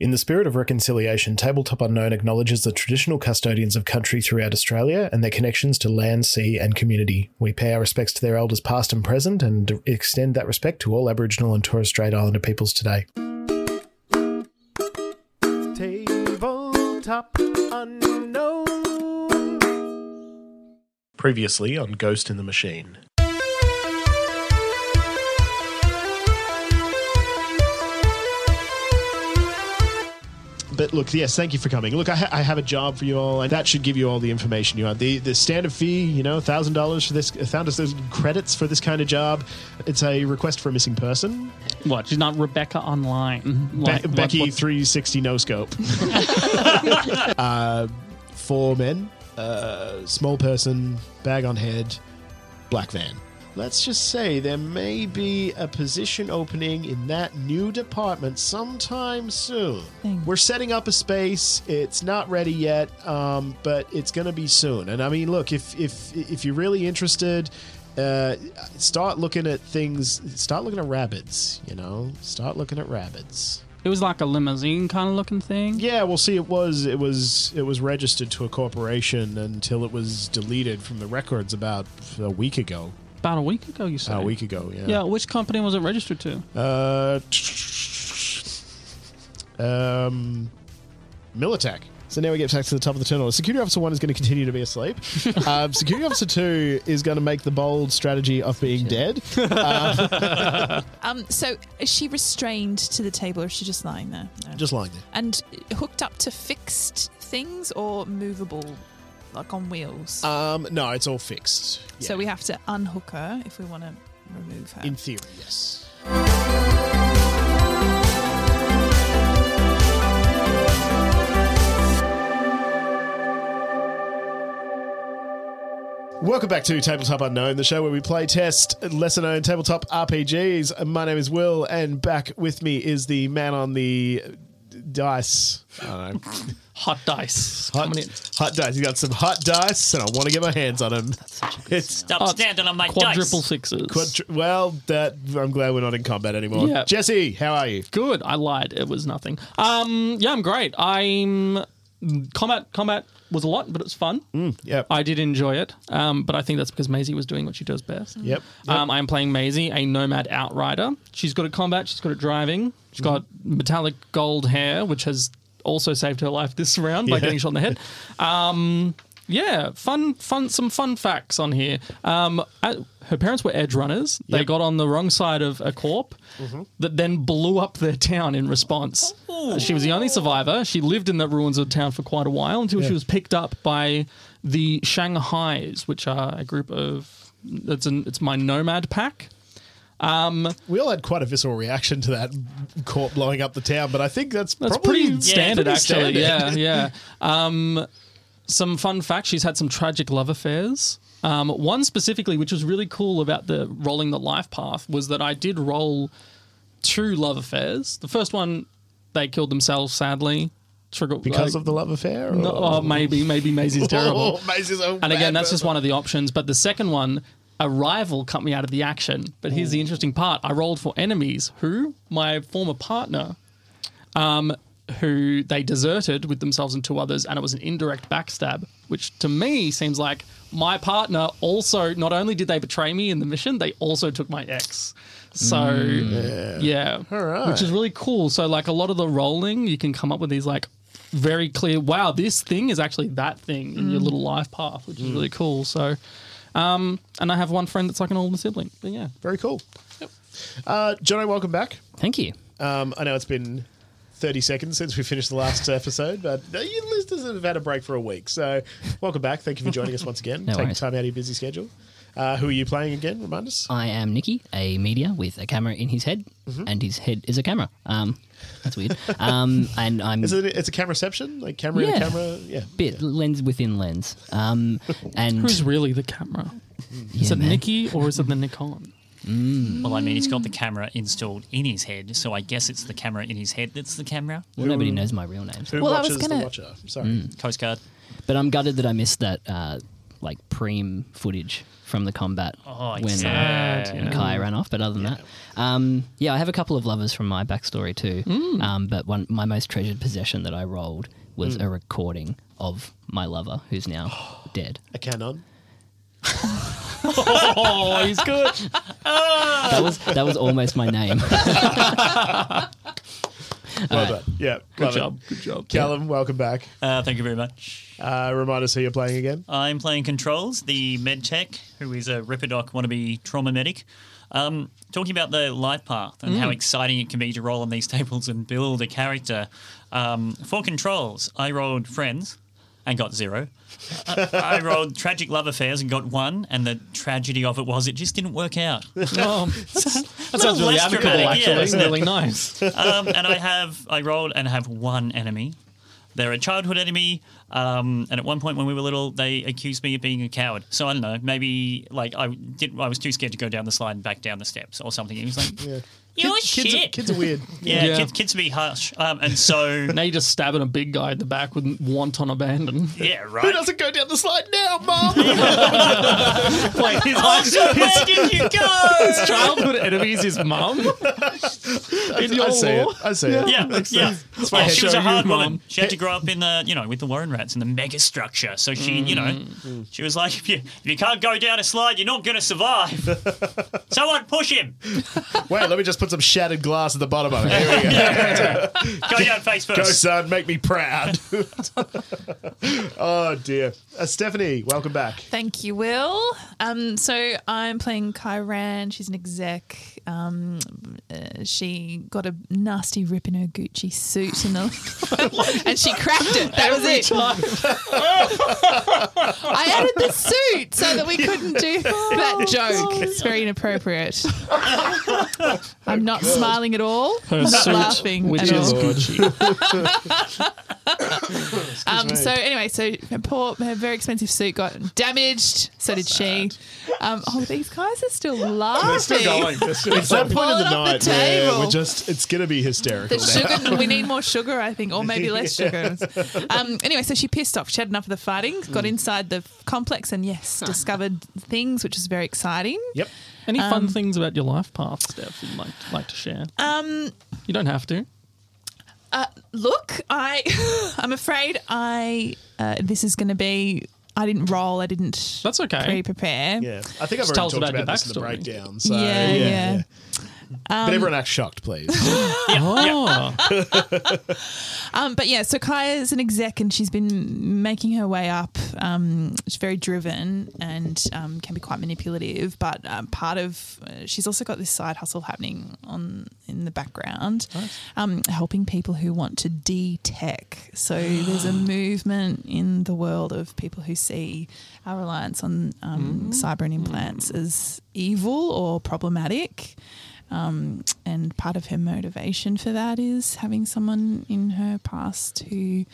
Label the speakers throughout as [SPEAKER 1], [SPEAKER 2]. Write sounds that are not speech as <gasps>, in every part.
[SPEAKER 1] In the spirit of reconciliation, Tabletop Unknown acknowledges the traditional custodians of country throughout Australia and their connections to land, sea, and community. We pay our respects to their elders past and present and extend that respect to all Aboriginal and Torres Strait Islander peoples today. Tabletop Unknown. Previously on Ghost in the Machine. But look, yes, thank you for coming. Look, I, ha- I have a job for you all, and that should give you all the information you want. The the standard fee, you know, thousand dollars for this, thousand credits for this kind of job. It's a request for a missing person.
[SPEAKER 2] What? Mm-hmm. She's not Rebecca online.
[SPEAKER 1] Be-
[SPEAKER 2] Like, what-
[SPEAKER 1] Becky
[SPEAKER 2] what-
[SPEAKER 1] three sixty no scope. <laughs> uh, four men, uh, small person, bag on head, black van. Let's just say there may be a position opening in that new department sometime soon.
[SPEAKER 3] Thanks.
[SPEAKER 1] We're setting up a space. It's not ready yet, um, but it's going to be soon. And I mean, look, if if if you're really interested, uh, start looking at things. Start looking at rabbits. You know, start looking at rabbits.
[SPEAKER 2] it was like a limousine kind of looking thing.
[SPEAKER 1] Yeah, well, see, it was it was it was registered to a corporation until it was deleted from the records about a week ago.
[SPEAKER 2] About a week ago, you said.
[SPEAKER 1] A week ago, yeah.
[SPEAKER 2] Yeah, which company was it registered to?
[SPEAKER 1] Uh, um, Militech. So now we get back to the top of the tunnel. Security Officer 1 is going to continue to be
[SPEAKER 3] <laughs>
[SPEAKER 1] asleep. um, Security Officer 2 is going to make the bold strategy of being dead.
[SPEAKER 3] Um, so is she restrained to the table or is she just lying there? No.
[SPEAKER 1] Just lying there.
[SPEAKER 3] and hooked up to fixed things or movable, like on wheels.
[SPEAKER 1] Um, no, it's all fixed.
[SPEAKER 3] So we have to unhook her if we want to remove her.
[SPEAKER 1] In theory, yes. Welcome back to Tabletop Unknown, the show where we play test lesser known tabletop RPGs. My name is Will, and back with me is the man on the dice. I don't know.
[SPEAKER 4] Hot dice.
[SPEAKER 1] Hot, hot dice. He's got some hot dice, and I want to get my hands on him. It's
[SPEAKER 4] Stop standing on my
[SPEAKER 2] Quadruple
[SPEAKER 4] dice.
[SPEAKER 2] sixes.
[SPEAKER 1] Quadru- well, that I'm glad we're not in combat anymore.
[SPEAKER 2] Yeah.
[SPEAKER 1] Jesse, how are you?
[SPEAKER 2] Good. I lied. It was nothing. Um. Yeah, I'm great. I'm combat. Combat was a lot, but it was fun.
[SPEAKER 1] Yep.
[SPEAKER 2] I did enjoy it. Um. But I think that's because Maisie was doing what she does best.
[SPEAKER 1] yep.
[SPEAKER 2] Um, I'm playing Maisie, a nomad outrider. She's got a combat, she's got a driving, she's
[SPEAKER 1] Mm-hmm.
[SPEAKER 2] got metallic gold hair, which has also saved her life this round by
[SPEAKER 1] Yeah.
[SPEAKER 2] getting shot in the head. Um, yeah, fun, fun, some fun facts on here. Um, I- her parents were edge runners. They
[SPEAKER 1] Yep. Mm-hmm.
[SPEAKER 2] got on the wrong side of a corp that then blew up their town in response.
[SPEAKER 1] Oh.
[SPEAKER 2] She was the only survivor. She lived in the ruins of the town for quite a while until
[SPEAKER 1] Yeah.
[SPEAKER 2] she was picked up by the Shanghais, which are a group of it's an it's my nomad pack.
[SPEAKER 1] we all had quite a visceral reaction to that court blowing up the town, but I think that's,
[SPEAKER 2] That's
[SPEAKER 1] probably
[SPEAKER 2] pretty standard,
[SPEAKER 1] pretty
[SPEAKER 2] actually.
[SPEAKER 1] standard. <laughs>
[SPEAKER 2] Yeah, yeah. Um, some fun facts: she's had some tragic love affairs. Um, one specifically, which was really cool about the rolling the life path, was that I did roll two love affairs. The first one, they killed themselves, sadly. Trigger,
[SPEAKER 1] Because of the love affair?
[SPEAKER 2] no, oh,
[SPEAKER 1] <laughs>
[SPEAKER 2] maybe maybe Maisie's terrible.
[SPEAKER 1] Maisie's a
[SPEAKER 2] And again,
[SPEAKER 1] bad
[SPEAKER 2] that's just
[SPEAKER 1] person.
[SPEAKER 2] one of the options. But the second one, a rival cut me out of the action. But here's the interesting part: I rolled for enemies who my former partner, um, who they deserted with themselves and two others, and it was an indirect backstab, which to me seems like my partner also not only did they betray me in the mission, they also took my ex. So yeah, which is really cool. So like a lot of the rolling, you can come up with these like very clear. Wow, this thing is actually that thing in your little life path, which is
[SPEAKER 1] Mm.
[SPEAKER 2] really cool. So, um, and I have one friend that's like an older sibling. But yeah,
[SPEAKER 1] Very cool. Uh, Jono, welcome back.
[SPEAKER 5] Thank you.
[SPEAKER 1] Um, I know it's been 30 seconds since we finished the
[SPEAKER 2] <laughs>
[SPEAKER 1] last episode, but uh, you listeners have had a break for a week. So welcome back. Thank you for joining us once
[SPEAKER 2] <laughs>
[SPEAKER 1] again.
[SPEAKER 5] No
[SPEAKER 1] Taking
[SPEAKER 5] worries.
[SPEAKER 1] time out of your busy schedule. Uh, who are you playing again? Remind us.
[SPEAKER 2] Um,
[SPEAKER 5] I am Nikki, a media with a camera in his head, and his head is a camera. Um, that's weird. um, and I'm
[SPEAKER 1] Is it? It's a cameraception, like camera in
[SPEAKER 5] Yeah.
[SPEAKER 1] a camera. Yeah.
[SPEAKER 5] bit lens within lens. Um, and
[SPEAKER 2] who's really the camera?
[SPEAKER 1] Mm.
[SPEAKER 2] is it Nikki or is it the Nikon?
[SPEAKER 4] Well, I mean, he's got the camera installed in his head, so I guess it's the camera in his head that's the camera.
[SPEAKER 5] well, nobody knows my real name, so-
[SPEAKER 1] Who
[SPEAKER 3] Well, I
[SPEAKER 1] watches
[SPEAKER 3] was gonna-
[SPEAKER 2] Mm.
[SPEAKER 1] the watcher? Sorry.
[SPEAKER 4] Coast Guard.
[SPEAKER 5] but I'm gutted that I missed that uh, like preem footage from the combat
[SPEAKER 4] Oh,
[SPEAKER 5] when, uh,
[SPEAKER 4] sad,
[SPEAKER 5] when Kai ran off. But other than that, um, yeah, I have a couple of lovers from my backstory too. Um, but one, my most treasured possession that I rolled was a recording of my lover, who's now dead.
[SPEAKER 1] A canon.
[SPEAKER 2] Oh, he's good.
[SPEAKER 5] That was that was almost my name.
[SPEAKER 1] Well done. Yeah.
[SPEAKER 2] Good
[SPEAKER 1] love it.
[SPEAKER 2] job. Good job.
[SPEAKER 1] Callum, welcome back.
[SPEAKER 4] Uh, thank you very much.
[SPEAKER 1] Uh, remind us who you're playing again.
[SPEAKER 4] I'm playing Controls, the medtech, who is a Ripidoc wannabe trauma medic. Um, talking about the life path and how exciting it can be to roll on these <laughs> tables and build a character. Um, for Controls, I rolled Friends and got zero. I, I rolled Tragic Love Affairs and got one, and the tragedy of it was it just didn't work out.
[SPEAKER 2] <laughs> Oh, that
[SPEAKER 4] little
[SPEAKER 2] sounds really
[SPEAKER 4] less
[SPEAKER 2] amicable,
[SPEAKER 4] dramatic, yeah,
[SPEAKER 2] actually.
[SPEAKER 4] isn't it?
[SPEAKER 2] <laughs> really nice.
[SPEAKER 4] um, and I have I rolled and have one enemy. They're a childhood enemy, um, and at one point when we were little, they accused me of being a coward. So I don't know, maybe like I did, I was too scared to go down the slide and back down the steps or something. It was like,
[SPEAKER 1] Yeah.
[SPEAKER 4] you're shit.
[SPEAKER 1] Kids, are, kids are
[SPEAKER 2] <laughs>
[SPEAKER 1] weird.
[SPEAKER 4] yeah,
[SPEAKER 2] Yeah.
[SPEAKER 4] Kids, kids be harsh, um, and <laughs> so
[SPEAKER 2] Now you're just stabbing a big guy in the back with wanton <laughs> abandon.
[SPEAKER 4] yeah,
[SPEAKER 1] Who
[SPEAKER 4] right.
[SPEAKER 1] doesn't go down the slide now,
[SPEAKER 2] <laughs>
[SPEAKER 1] Mom?
[SPEAKER 4] Like, <laughs> where did you go?
[SPEAKER 2] Oh, Childhood enemies, his <laughs> mum. In your
[SPEAKER 1] I say it.
[SPEAKER 2] lore?
[SPEAKER 1] I say it.
[SPEAKER 4] Yeah, yeah.
[SPEAKER 2] why
[SPEAKER 4] Yeah,
[SPEAKER 2] I
[SPEAKER 4] she was
[SPEAKER 2] show
[SPEAKER 4] a hard
[SPEAKER 2] you,
[SPEAKER 4] woman.
[SPEAKER 2] Mum.
[SPEAKER 4] She had to grow up in the, you know, with the Warren rats in the mega structure. So she, you
[SPEAKER 2] Mm.
[SPEAKER 4] know, she was like, if you, if you can't go down a slide, you're not going
[SPEAKER 2] <laughs>
[SPEAKER 4] to survive. Someone push him.
[SPEAKER 1] <laughs> Wait, let me just put some shattered glass at the bottom of it.
[SPEAKER 2] <laughs>
[SPEAKER 1] Here we go.
[SPEAKER 4] Go down face
[SPEAKER 1] Go,
[SPEAKER 4] first.
[SPEAKER 1] son. Make me proud. <laughs> oh, dear. Uh, Stephanie, welcome back.
[SPEAKER 3] Thank you, Will. Um, so I'm playing Kyran. She's an exec. Um, uh, she got a nasty rip in her Gucci suit, in the, <laughs> and she cracked it. That was it. <laughs> I added the suit so that we couldn't do that joke. It's very inappropriate. I'm not smiling at all.
[SPEAKER 2] Her
[SPEAKER 3] I'm not
[SPEAKER 2] suit,
[SPEAKER 3] laughing
[SPEAKER 2] which
[SPEAKER 3] at
[SPEAKER 2] is
[SPEAKER 3] all.
[SPEAKER 2] Gucci.
[SPEAKER 3] Um,
[SPEAKER 1] me.
[SPEAKER 3] so anyway, so her poor, her very expensive suit got damaged. So did she. Um, oh, these guys are still laughing.
[SPEAKER 1] It's that point of
[SPEAKER 3] Pull
[SPEAKER 1] the
[SPEAKER 3] it off the
[SPEAKER 1] night where
[SPEAKER 3] table.
[SPEAKER 1] we're just, it's going to be hysterical.
[SPEAKER 3] The sugar, we need more sugar, I think, or maybe less sugar. Um, anyway, so she pissed off. She had enough of the fighting, got inside the complex, and yes, discovered things, which is very exciting.
[SPEAKER 1] Yep.
[SPEAKER 2] Any fun things about your life path, Steph, you'd like, like to share?
[SPEAKER 3] Um,
[SPEAKER 2] You don't have to.
[SPEAKER 3] Uh, look, I, <laughs> I'm afraid I, uh, this is going to be. I didn't roll. I didn't.
[SPEAKER 2] That's okay.
[SPEAKER 3] Pre-prepare.
[SPEAKER 1] Yeah. I think I've already
[SPEAKER 2] Just tell
[SPEAKER 1] talked
[SPEAKER 2] us
[SPEAKER 1] about,
[SPEAKER 2] about your
[SPEAKER 1] this in the
[SPEAKER 2] backstory.
[SPEAKER 1] breakdown. So,
[SPEAKER 3] Yeah,
[SPEAKER 1] yeah.
[SPEAKER 3] yeah.
[SPEAKER 1] yeah. but everyone act shocked, please. <laughs>
[SPEAKER 2] Oh,
[SPEAKER 3] Um, but yeah, so Kaya is an exec and she's been making her way up. Um, she's very driven and um, can be quite manipulative. But um, part of uh, she's also got this side hustle happening on in the background, um, helping people who want to de-tech. So there's a movement in the world of people who see our reliance on um, cyber and implants as evil or problematic. Um, and part of her motivation for that is having someone in her past who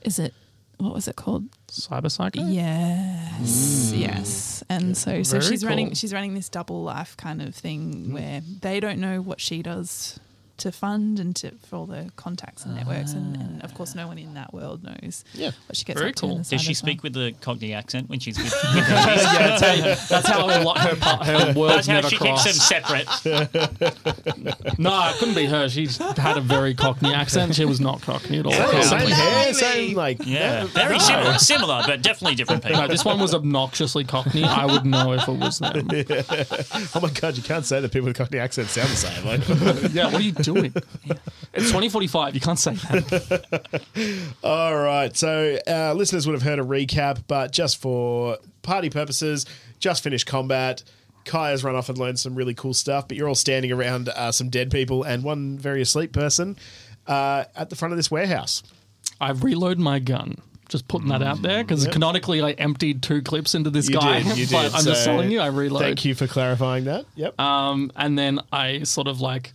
[SPEAKER 3] is it what was it called?
[SPEAKER 2] cyber psycho.
[SPEAKER 3] Yes, yes. And so, so
[SPEAKER 2] Very
[SPEAKER 3] she's running
[SPEAKER 2] cool.
[SPEAKER 3] she's running this double life kind of thing where they don't know what she does to fund and to for all the contacts and networks, and, and of course, no one in that world knows
[SPEAKER 1] Yeah.
[SPEAKER 3] what she gets
[SPEAKER 2] Very
[SPEAKER 3] up to. in
[SPEAKER 2] cool.
[SPEAKER 3] the
[SPEAKER 4] Does
[SPEAKER 3] cyber
[SPEAKER 4] she
[SPEAKER 3] as well.
[SPEAKER 4] speak with the Cockney accent when she's <laughs> with
[SPEAKER 2] yeah, that's how, that's how a lot her, part, her
[SPEAKER 4] That's
[SPEAKER 2] worlds
[SPEAKER 4] how
[SPEAKER 2] never
[SPEAKER 4] she
[SPEAKER 2] cross.
[SPEAKER 4] keeps them separate.
[SPEAKER 2] <laughs> No, it couldn't be her. She had a very Cockney accent. She was not Cockney at all.
[SPEAKER 1] same
[SPEAKER 2] apparently.
[SPEAKER 1] hair,
[SPEAKER 3] Blimey.
[SPEAKER 1] same, like,
[SPEAKER 4] Yeah, very similar, similar, but definitely different people.
[SPEAKER 2] <laughs> No, this one was obnoxiously Cockney. I would know if it was
[SPEAKER 1] <laughs>
[SPEAKER 2] them.
[SPEAKER 1] oh my God, you can't say that people with Cockney accents sound the same.
[SPEAKER 2] <laughs>
[SPEAKER 1] Like,
[SPEAKER 2] Yeah, what are you doing? It's 2045. You can't say that.
[SPEAKER 1] All right. So, uh, listeners would have heard a recap, but just for party purposes, just finished combat. Kai has run off and learned some really cool stuff, but you're all standing around uh, some dead people and one very asleep person uh, at the front of this warehouse.
[SPEAKER 2] I reload my gun. Just putting that out there because canonically I emptied two clips into this
[SPEAKER 1] Mm, You
[SPEAKER 2] guy.
[SPEAKER 1] did,
[SPEAKER 2] <laughs>
[SPEAKER 1] you did.
[SPEAKER 2] but I'm
[SPEAKER 1] So,
[SPEAKER 2] just telling you, I reload.
[SPEAKER 1] Thank you for clarifying that. Yep.
[SPEAKER 2] Um, and then I sort of like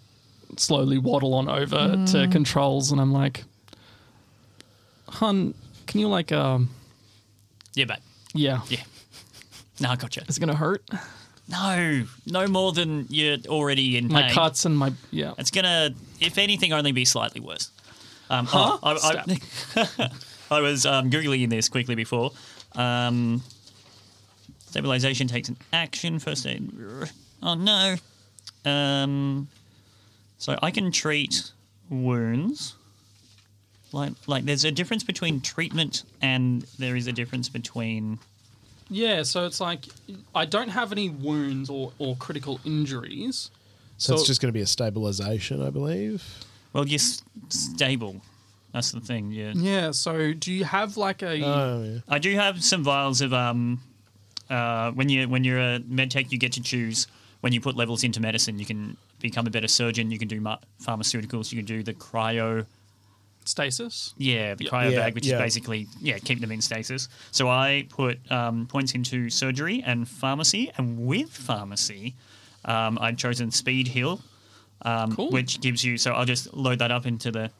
[SPEAKER 2] slowly waddle on over to controls and I'm like, hun, can you like, um,
[SPEAKER 4] Yeah, but
[SPEAKER 2] yeah.
[SPEAKER 4] yeah. No, I gotcha.
[SPEAKER 2] Is it going to hurt?
[SPEAKER 4] No, no more than you're already in pain.
[SPEAKER 2] My cuts and my, yeah.
[SPEAKER 4] It's gonna, if anything, only be slightly worse. Um,
[SPEAKER 2] Huh?
[SPEAKER 4] <laughs> oh, I, I, I was um, googling this quickly before. Um, Stabilization takes an action. First aid. Oh no. Um, so I can treat wounds. Like, like there's a difference between treatment and there is a difference between
[SPEAKER 2] Yeah, so it's like I don't have any wounds or, or critical injuries.
[SPEAKER 1] So,
[SPEAKER 2] So-
[SPEAKER 1] it's just going to be a stabilization, I believe.
[SPEAKER 4] well you're s- stable that's the thing yeah
[SPEAKER 2] Yeah, so do you have like a
[SPEAKER 1] Oh, yeah.
[SPEAKER 4] I do have some vials of um, uh, when you when you're a medtech, you get to choose when you put levels into medicine. You can become a better surgeon. You can do mu- pharmaceuticals. You can do the cryo,
[SPEAKER 2] stasis?
[SPEAKER 4] yeah, the
[SPEAKER 2] Yeah.
[SPEAKER 4] cryo
[SPEAKER 1] Yeah,
[SPEAKER 4] bag, which
[SPEAKER 1] yeah.
[SPEAKER 4] is basically yeah, keep them in stasis. So I put um, points into surgery and pharmacy, and with pharmacy, um, I've chosen speed heal, um,
[SPEAKER 2] Cool.
[SPEAKER 4] which gives you. So I'll just load that up into the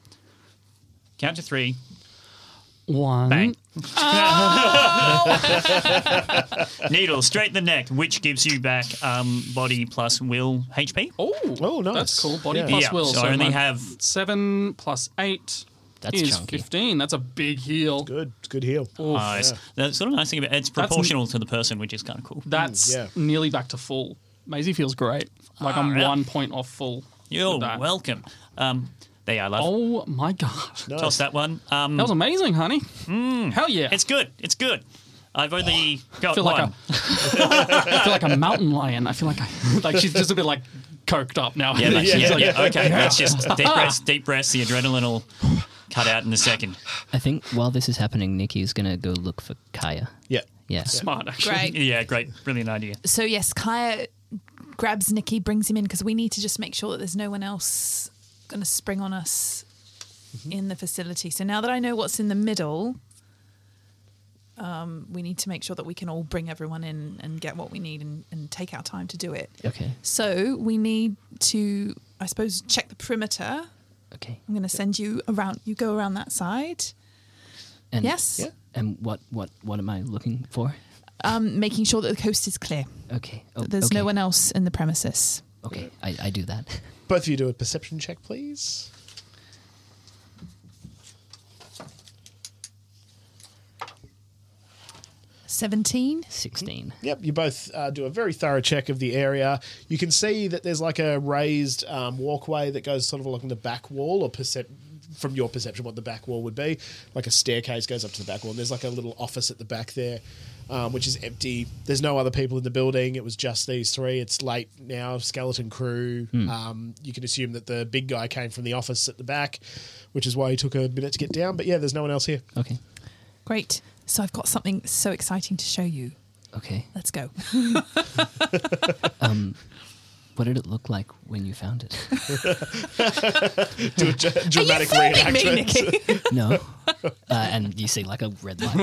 [SPEAKER 4] count to three,
[SPEAKER 2] One. Ah!
[SPEAKER 4] Bang. <laughs> Needle straight the neck, which gives you back um, body plus will HP.
[SPEAKER 2] Oh,
[SPEAKER 1] Oh, nice.
[SPEAKER 2] That's cool. Body
[SPEAKER 1] Yeah.
[SPEAKER 2] plus
[SPEAKER 4] yeah,
[SPEAKER 2] will.
[SPEAKER 4] so, I only
[SPEAKER 2] my
[SPEAKER 4] have
[SPEAKER 2] seven plus eight
[SPEAKER 5] That's
[SPEAKER 2] is
[SPEAKER 5] chunky.
[SPEAKER 2] fifteen. That's a big heal.
[SPEAKER 1] Good, good heal.
[SPEAKER 4] eyes. uh, The sort of nice thing about it's
[SPEAKER 2] That's-
[SPEAKER 4] proportional to the person, which is kind of cool.
[SPEAKER 2] That's
[SPEAKER 1] yeah.
[SPEAKER 2] nearly back to full. Maisie feels great. Like
[SPEAKER 4] Far
[SPEAKER 2] I'm
[SPEAKER 4] out.
[SPEAKER 2] one point off full.
[SPEAKER 4] You're
[SPEAKER 2] with that.
[SPEAKER 4] welcome. Um, there I love.
[SPEAKER 2] Oh my god.
[SPEAKER 1] Nice.
[SPEAKER 4] Toss that one. Um,
[SPEAKER 2] That was amazing, honey. Hell yeah.
[SPEAKER 4] it's good. It's good. I've only
[SPEAKER 2] I
[SPEAKER 4] got
[SPEAKER 2] feel
[SPEAKER 4] one.
[SPEAKER 2] like a, I feel like a mountain lion. I feel like I, <laughs> like she's just a bit like coked up now. <laughs>
[SPEAKER 4] yeah, that's-
[SPEAKER 1] Yeah,
[SPEAKER 4] yeah,
[SPEAKER 1] yeah,
[SPEAKER 4] yeah, Okay, that's just deep breaths. Deep breaths. The adrenaline will cut out in a second.
[SPEAKER 5] I think while this is happening, Nikki's going to go look for Kaya.
[SPEAKER 1] Yeah.
[SPEAKER 5] Yeah.
[SPEAKER 2] Smart actually.
[SPEAKER 3] Great.
[SPEAKER 4] Yeah, great, brilliant idea.
[SPEAKER 3] So yes, Kaya grabs Nikki, brings him in because we need to just make sure that there's no one else going to spring on us
[SPEAKER 5] Mm-hmm.
[SPEAKER 3] in the facility. So now that I know what's in the middle, um, we need to make sure that we can all bring everyone in and get what we need and, and take our time to do it.
[SPEAKER 5] Okay.
[SPEAKER 3] So we need to, I suppose, check the perimeter.
[SPEAKER 5] Okay.
[SPEAKER 3] I'm going to send you around. You go around that side,
[SPEAKER 5] And,
[SPEAKER 3] Yes. Yeah.
[SPEAKER 5] And what, what, what am I looking for?
[SPEAKER 3] um, making sure that the coast is clear.
[SPEAKER 5] Okay. Oh,
[SPEAKER 3] That there's
[SPEAKER 5] okay.
[SPEAKER 3] no one else in the premises.
[SPEAKER 5] Okay. I, I do that. <laughs>
[SPEAKER 1] Both of you do a perception check, please.
[SPEAKER 3] Seventeen.
[SPEAKER 5] 16.
[SPEAKER 1] Yep, you both uh, do a very thorough check of the area. You can see that there's like a raised um, walkway that goes sort of along the back wall, or percep- from your perception, what the back wall would be. Like a staircase goes up to the back wall, and there's like a little office at the back there, um, which is empty. There's no other people in the building. It was just these three. It's late now, skeleton crew.
[SPEAKER 3] Hmm.
[SPEAKER 1] Um, you can assume that the big guy came from the office at the back, which is why he took a minute to get down. But yeah, there's no one else here.
[SPEAKER 5] Okay.
[SPEAKER 3] Great. So I've got something so exciting to show you.
[SPEAKER 5] Okay.
[SPEAKER 3] Let's <laughs> go.
[SPEAKER 5] What did it look like when you found
[SPEAKER 3] <laughs>
[SPEAKER 5] it?
[SPEAKER 1] Do a dra-
[SPEAKER 3] <laughs> Are you
[SPEAKER 1] dramatic
[SPEAKER 3] filming me, <laughs>
[SPEAKER 1] reenactment.
[SPEAKER 3] Nikki?
[SPEAKER 5] no. Uh, and you see like a
[SPEAKER 3] <laughs>
[SPEAKER 5] red light.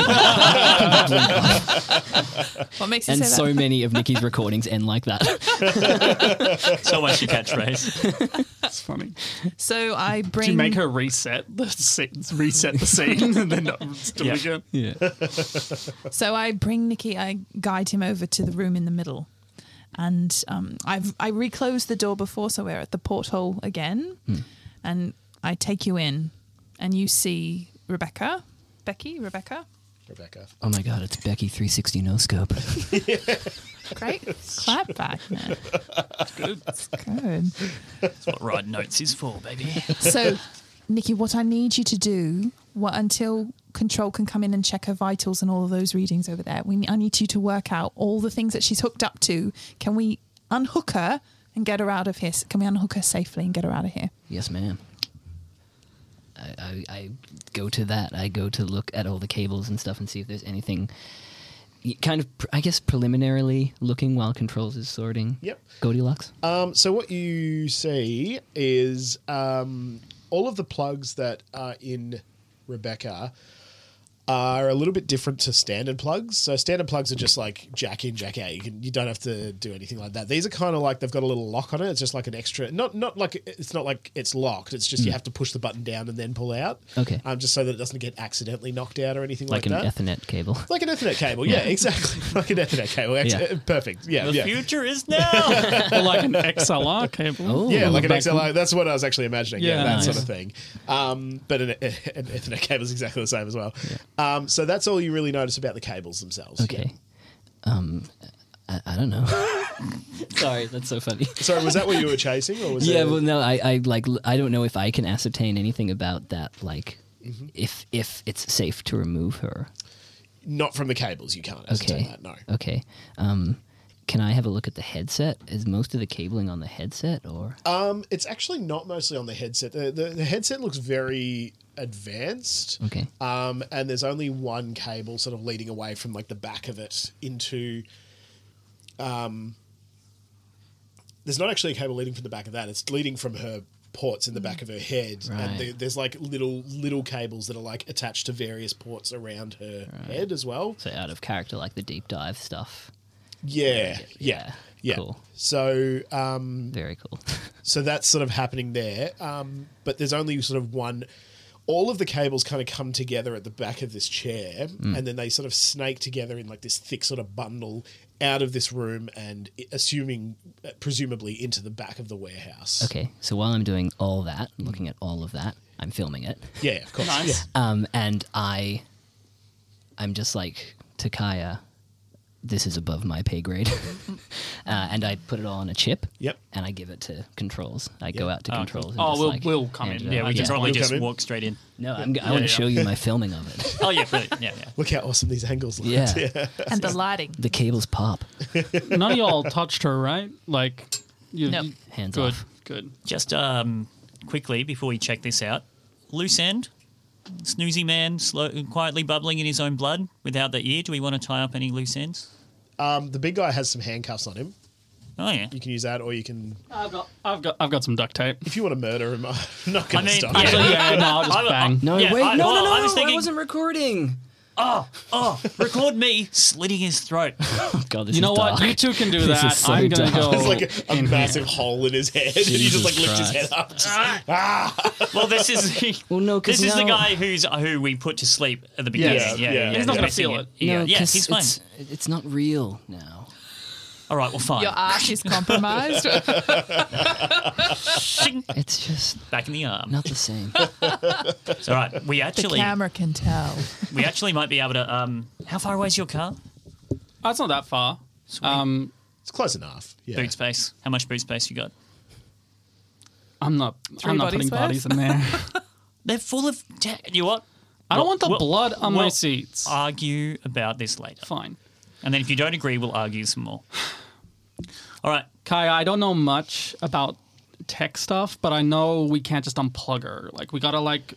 [SPEAKER 3] what makes you
[SPEAKER 5] and
[SPEAKER 3] say
[SPEAKER 5] so
[SPEAKER 3] that?
[SPEAKER 5] many of Nikki's recordings end like that.
[SPEAKER 4] So much your catchphrase.
[SPEAKER 2] That's funny.
[SPEAKER 3] <laughs> So I bring.
[SPEAKER 2] Do you make her reset the scene, reset the scene <laughs> and then do
[SPEAKER 4] Yeah.
[SPEAKER 2] it again?
[SPEAKER 5] Yeah.
[SPEAKER 3] So I bring Nikki. I guide him over to the room in the middle, and um, I've I reclosed the door before, so we're at the porthole again,
[SPEAKER 2] Hmm.
[SPEAKER 3] and I take you in, and you see Rebecca, Becky, Rebecca.
[SPEAKER 1] Rebecca.
[SPEAKER 5] Oh my god, it's Becky 360 no scope.
[SPEAKER 3] Great <laughs> clap back. man. It's good.
[SPEAKER 4] That's what writing notes is for, baby.
[SPEAKER 3] So, Nikki, what I need you to do, what until control can come in and check her vitals and all of those readings over there, we I need you to work out all the things that she's hooked up to. Can we unhook her and get her out of here? Can we unhook her safely and get her out of here?
[SPEAKER 5] yes, ma'am. I, I, I go to that. I go to look at all the cables and stuff and see if there's anything y- kind of, pr- I guess, preliminarily looking while controls is sorting.
[SPEAKER 1] Yep.
[SPEAKER 5] Goldilocks.
[SPEAKER 1] Um, so what you see is um, all of the plugs that are in Rebecca are a little bit different to standard plugs. So standard plugs are just like jack in, jack out. You can you don't have to do anything like that. These are kind of like they've got a little lock on it. It's just like an extra. Not not like it's not like it's locked. It's just you have to push the button down and then pull out.
[SPEAKER 5] Mm. Okay.
[SPEAKER 1] Um, just so that it doesn't get accidentally knocked out or anything like,
[SPEAKER 5] Like, an
[SPEAKER 1] that. <laughs>
[SPEAKER 5] Ethernet cable.
[SPEAKER 1] like an Ethernet cable, yeah, exactly. <laughs> Like an Ethernet cable, Ex-
[SPEAKER 5] Yeah.
[SPEAKER 1] perfect. Yeah,
[SPEAKER 4] The
[SPEAKER 1] yeah.
[SPEAKER 4] future is now.
[SPEAKER 2] <laughs> Or like an XLR cable.
[SPEAKER 5] Oh,
[SPEAKER 1] Yeah, like an
[SPEAKER 5] back-
[SPEAKER 1] XLR. That's what I was actually imagining. Yeah,
[SPEAKER 2] Yeah,
[SPEAKER 1] that
[SPEAKER 2] nice.
[SPEAKER 1] sort of thing. Um, but an, <laughs> an Ethernet cable is exactly the same as well. Um, so that's all you really notice about the cables themselves.
[SPEAKER 5] Okay. Um, I, I
[SPEAKER 1] <laughs>
[SPEAKER 5] don't know. Sorry, that's so funny.
[SPEAKER 1] Sorry, was that what you were chasing, or was
[SPEAKER 5] yeah,
[SPEAKER 1] it-
[SPEAKER 5] well, no, I, I like l- I don't know if I can ascertain anything about that. Like,
[SPEAKER 1] Mm-hmm.
[SPEAKER 5] if if it's safe to remove her.
[SPEAKER 1] not from the cables? You can't ascertain
[SPEAKER 5] Okay.
[SPEAKER 1] that. No.
[SPEAKER 5] Okay. Um, can I have a look at the headset? Is most of the cabling on the headset, or
[SPEAKER 4] Uh,
[SPEAKER 1] Um, it's actually not mostly on the headset. The, the, the headset looks very advanced.
[SPEAKER 5] okay?
[SPEAKER 1] Um, and there's only one cable sort of leading away from like the back of it into. Um, there's not actually a cable leading from the back of that. It's leading from her ports in the back of her head,
[SPEAKER 5] Right.
[SPEAKER 1] and the, there's like little little cables that are like attached to various ports around her head as well.
[SPEAKER 5] So out of character, like the deep dive stuff.
[SPEAKER 1] Yeah, yeah, yeah.
[SPEAKER 5] Cool.
[SPEAKER 1] So um,
[SPEAKER 4] Mm.
[SPEAKER 5] Very cool. <laughs>
[SPEAKER 1] So that's sort of happening there. Um, but there's only sort of one. All of the cables kind of come together at the back of this chair,
[SPEAKER 5] Mm.
[SPEAKER 1] and then they sort of snake together in like this thick sort of bundle out of this room and i- assuming, uh, presumably, into the back of the warehouse.
[SPEAKER 5] okay. So while I'm doing all that, looking at all of that, I'm filming it.
[SPEAKER 1] Yeah, of course.
[SPEAKER 4] Nice.
[SPEAKER 1] Yeah.
[SPEAKER 5] Um, and I, I'm just like Takaya. This is above my pay grade, <laughs> uh, and I put it all on a chip.
[SPEAKER 1] Yep.
[SPEAKER 5] And I give it to controls. I go out
[SPEAKER 4] Oh,
[SPEAKER 5] to
[SPEAKER 4] cool.
[SPEAKER 5] controls. and
[SPEAKER 2] Oh,
[SPEAKER 5] just,
[SPEAKER 2] we'll-
[SPEAKER 5] like,
[SPEAKER 2] we'll come
[SPEAKER 5] hand
[SPEAKER 2] in.
[SPEAKER 5] it
[SPEAKER 4] Yeah,
[SPEAKER 5] out.
[SPEAKER 4] we can probably
[SPEAKER 1] You'll
[SPEAKER 4] just
[SPEAKER 1] come in.
[SPEAKER 4] walk straight in.
[SPEAKER 5] No, I'm, gi
[SPEAKER 4] Yeah,
[SPEAKER 5] want to
[SPEAKER 4] yeah.
[SPEAKER 5] show you my filming of it.
[SPEAKER 4] Oh yeah, brilliant. Yeah, yeah.
[SPEAKER 1] Look how awesome these angles look. <laughs>
[SPEAKER 5] Yeah.
[SPEAKER 3] and the lighting.
[SPEAKER 5] The cables pop.
[SPEAKER 2] None of y'all touched her, right? Like, you,
[SPEAKER 3] Nope.
[SPEAKER 2] you-
[SPEAKER 5] Hands
[SPEAKER 2] good,
[SPEAKER 5] off.
[SPEAKER 2] good.
[SPEAKER 4] Just um, quickly before we check this out, loose end, snoozy man, slow, quietly bubbling in his own blood without the ear. Do we want to tie up any loose ends?
[SPEAKER 1] Um, the big guy has some handcuffs on him.
[SPEAKER 4] Oh yeah.
[SPEAKER 1] You can use that, or you can,
[SPEAKER 2] I've got, I've got, I've got some duct
[SPEAKER 5] <laughs>
[SPEAKER 2] tape.
[SPEAKER 1] if you want to murder him, <laughs> I'm not going
[SPEAKER 4] I
[SPEAKER 1] to
[SPEAKER 4] mean,
[SPEAKER 1] stop
[SPEAKER 4] yeah.
[SPEAKER 1] you. <laughs>
[SPEAKER 2] Actually, yeah, no, I'll
[SPEAKER 4] I- I-
[SPEAKER 2] just bang.
[SPEAKER 5] No,
[SPEAKER 4] Yeah,
[SPEAKER 5] wait,
[SPEAKER 4] I-
[SPEAKER 5] no,
[SPEAKER 4] well,
[SPEAKER 5] no, no,
[SPEAKER 4] I was thinking-
[SPEAKER 5] wasn't recording.
[SPEAKER 4] Oh, record me slitting his throat.
[SPEAKER 5] Oh, God, this
[SPEAKER 2] you
[SPEAKER 5] is
[SPEAKER 2] know what?
[SPEAKER 5] dark.
[SPEAKER 2] You two can do
[SPEAKER 5] <laughs> This
[SPEAKER 2] that.
[SPEAKER 5] is so
[SPEAKER 2] I'm gonna
[SPEAKER 5] dark.
[SPEAKER 2] go.
[SPEAKER 1] There's like a,
[SPEAKER 4] <laughs>
[SPEAKER 1] a massive hole in his head, and he just
[SPEAKER 5] Jesus
[SPEAKER 1] like lifts his
[SPEAKER 5] Christ.
[SPEAKER 1] head up. Just-
[SPEAKER 4] Well, this is <laughs> the,
[SPEAKER 5] <laughs> Well, no, 'cause
[SPEAKER 4] this is the
[SPEAKER 5] now-
[SPEAKER 4] guy who's uh, who we put to sleep at the beginning.
[SPEAKER 1] Yeah,
[SPEAKER 4] Yeah, yeah,
[SPEAKER 1] yeah.
[SPEAKER 4] yeah.
[SPEAKER 1] He's
[SPEAKER 2] not gonna
[SPEAKER 4] Missing
[SPEAKER 2] feel it.
[SPEAKER 4] Yeah,
[SPEAKER 5] No,
[SPEAKER 4] yeah,
[SPEAKER 5] 'cause
[SPEAKER 4] he's fine.
[SPEAKER 5] It's, it's not real now.
[SPEAKER 4] All right, well, fine.
[SPEAKER 3] Your
[SPEAKER 2] <laughs>
[SPEAKER 3] arch is compromised.
[SPEAKER 4] Shing.
[SPEAKER 5] It's just
[SPEAKER 4] Back in the arm.
[SPEAKER 5] not the same.
[SPEAKER 4] It's all right. We
[SPEAKER 3] the
[SPEAKER 4] actually,
[SPEAKER 3] camera can tell.
[SPEAKER 4] we actually might be able to. Um, how far away is your car?
[SPEAKER 2] Oh, it's not that far. Um,
[SPEAKER 1] It's close enough. Yeah.
[SPEAKER 4] Boot space. How much boot space you got?
[SPEAKER 2] I'm not. i
[SPEAKER 3] Three
[SPEAKER 2] I'm not
[SPEAKER 3] bodies
[SPEAKER 2] putting
[SPEAKER 3] worth?
[SPEAKER 2] bodies in there.
[SPEAKER 3] <laughs>
[SPEAKER 4] They're full of. Ta- you know what?
[SPEAKER 2] I don't want the
[SPEAKER 4] Well-
[SPEAKER 2] blood on my
[SPEAKER 4] well,
[SPEAKER 2] seats.
[SPEAKER 4] Argue about this later,
[SPEAKER 2] Fine.
[SPEAKER 4] and then if you don't agree, we'll argue some more. All right.
[SPEAKER 2] Kaya, I don't know much about tech stuff, but I know we can't just unplug her. Like we gotta like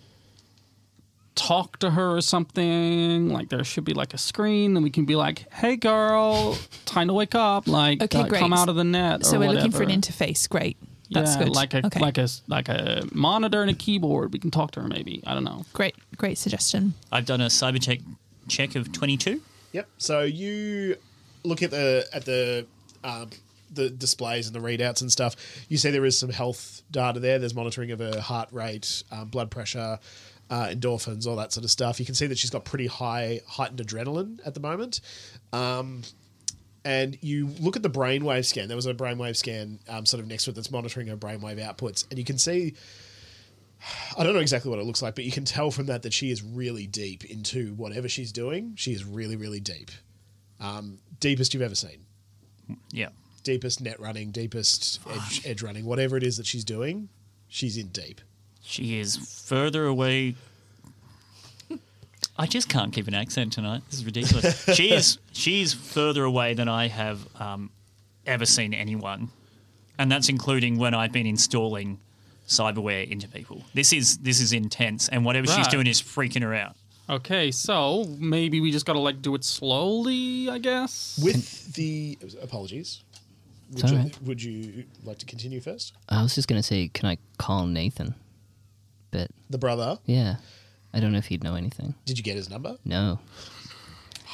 [SPEAKER 2] talk to her or something. Like there should be like a screen, and we can be like, "Hey, girl, time to wake up. Like,
[SPEAKER 3] Okay,
[SPEAKER 2] uh,
[SPEAKER 3] great.
[SPEAKER 2] come out of the net."
[SPEAKER 3] So
[SPEAKER 2] or
[SPEAKER 3] we're looking for an
[SPEAKER 2] whatever."
[SPEAKER 3] interface. Great. That's
[SPEAKER 2] yeah,
[SPEAKER 3] good.
[SPEAKER 2] like a
[SPEAKER 3] okay.
[SPEAKER 2] like a like a monitor and a keyboard. We can talk to her maybe. I don't know.
[SPEAKER 3] great, great suggestion.
[SPEAKER 4] I've done a cyber check check of twenty two.
[SPEAKER 1] Yep. So you look at the at the um, the displays and the readouts and stuff. You see there is some health data there. There's monitoring of her heart rate, um, blood pressure, uh, endorphins, all that sort of stuff. You can see that she's got pretty high heightened adrenaline at the moment. Um, and you look at the brainwave scan. There was a brainwave scan um, sort of next to it that's monitoring her brainwave outputs, and you can see. I don't know exactly what it looks like, but you can tell from that that she is really deep into whatever she's doing. She is really, really deep, um, deepest you've ever seen.
[SPEAKER 4] Yeah.
[SPEAKER 1] Deepest net running, deepest edge, edge running, whatever it is that she's doing, she's in deep.
[SPEAKER 4] She is further away. I just can't keep an accent tonight. This is ridiculous. she is she is further away than I have um, ever seen anyone, and that's including when I've been installing cyberware into people. This is this is intense, and whatever she's
[SPEAKER 2] Right.
[SPEAKER 4] doing is freaking her out.
[SPEAKER 2] Okay, so maybe we just gotta like do it slowly. I guess.
[SPEAKER 1] With the apologies, would
[SPEAKER 5] all
[SPEAKER 1] you,
[SPEAKER 5] right.
[SPEAKER 1] would you like to continue first?
[SPEAKER 5] I was just gonna say, can I call Nathan? But
[SPEAKER 1] The brother,
[SPEAKER 5] yeah, I don't know if he'd know anything.
[SPEAKER 1] did you get his number?
[SPEAKER 5] No,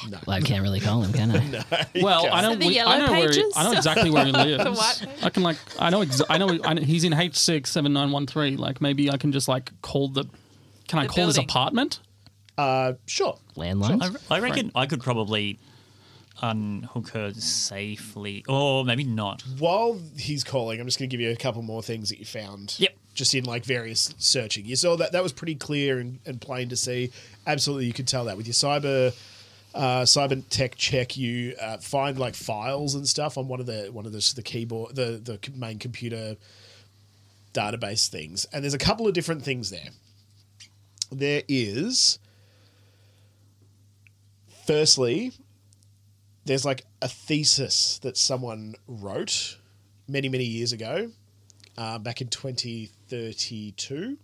[SPEAKER 1] No.
[SPEAKER 5] well, I can't really call him, can I?
[SPEAKER 2] <laughs> Well, I
[SPEAKER 3] So
[SPEAKER 2] don't.
[SPEAKER 3] the
[SPEAKER 2] we- I
[SPEAKER 3] yellow
[SPEAKER 2] know where.
[SPEAKER 3] pages?
[SPEAKER 2] I know exactly
[SPEAKER 3] <laughs>
[SPEAKER 2] where he lives.
[SPEAKER 3] white
[SPEAKER 2] I can like. I know. Ex- I know. I know he's in H six seven nine one three. Like maybe I can just like call the. Can I
[SPEAKER 3] The
[SPEAKER 2] call his
[SPEAKER 3] building.
[SPEAKER 2] apartment?
[SPEAKER 1] Uh, sure.
[SPEAKER 5] Landlines.
[SPEAKER 4] I, I reckon I could probably unhook her safely, or maybe not.
[SPEAKER 1] While he's calling, I'm just going to give you a couple more things that you found.
[SPEAKER 4] Yep.
[SPEAKER 1] Just in like various searching. You saw that that was pretty clear and, and plain to see. Absolutely, you could tell that with your cyber uh, cybertech check you uh, find like files and stuff on one of the one of the, the keyboard the the c- main computer database things and there's a couple of different things there there is firstly there's like a thesis that someone wrote many many years ago uh, back in 2032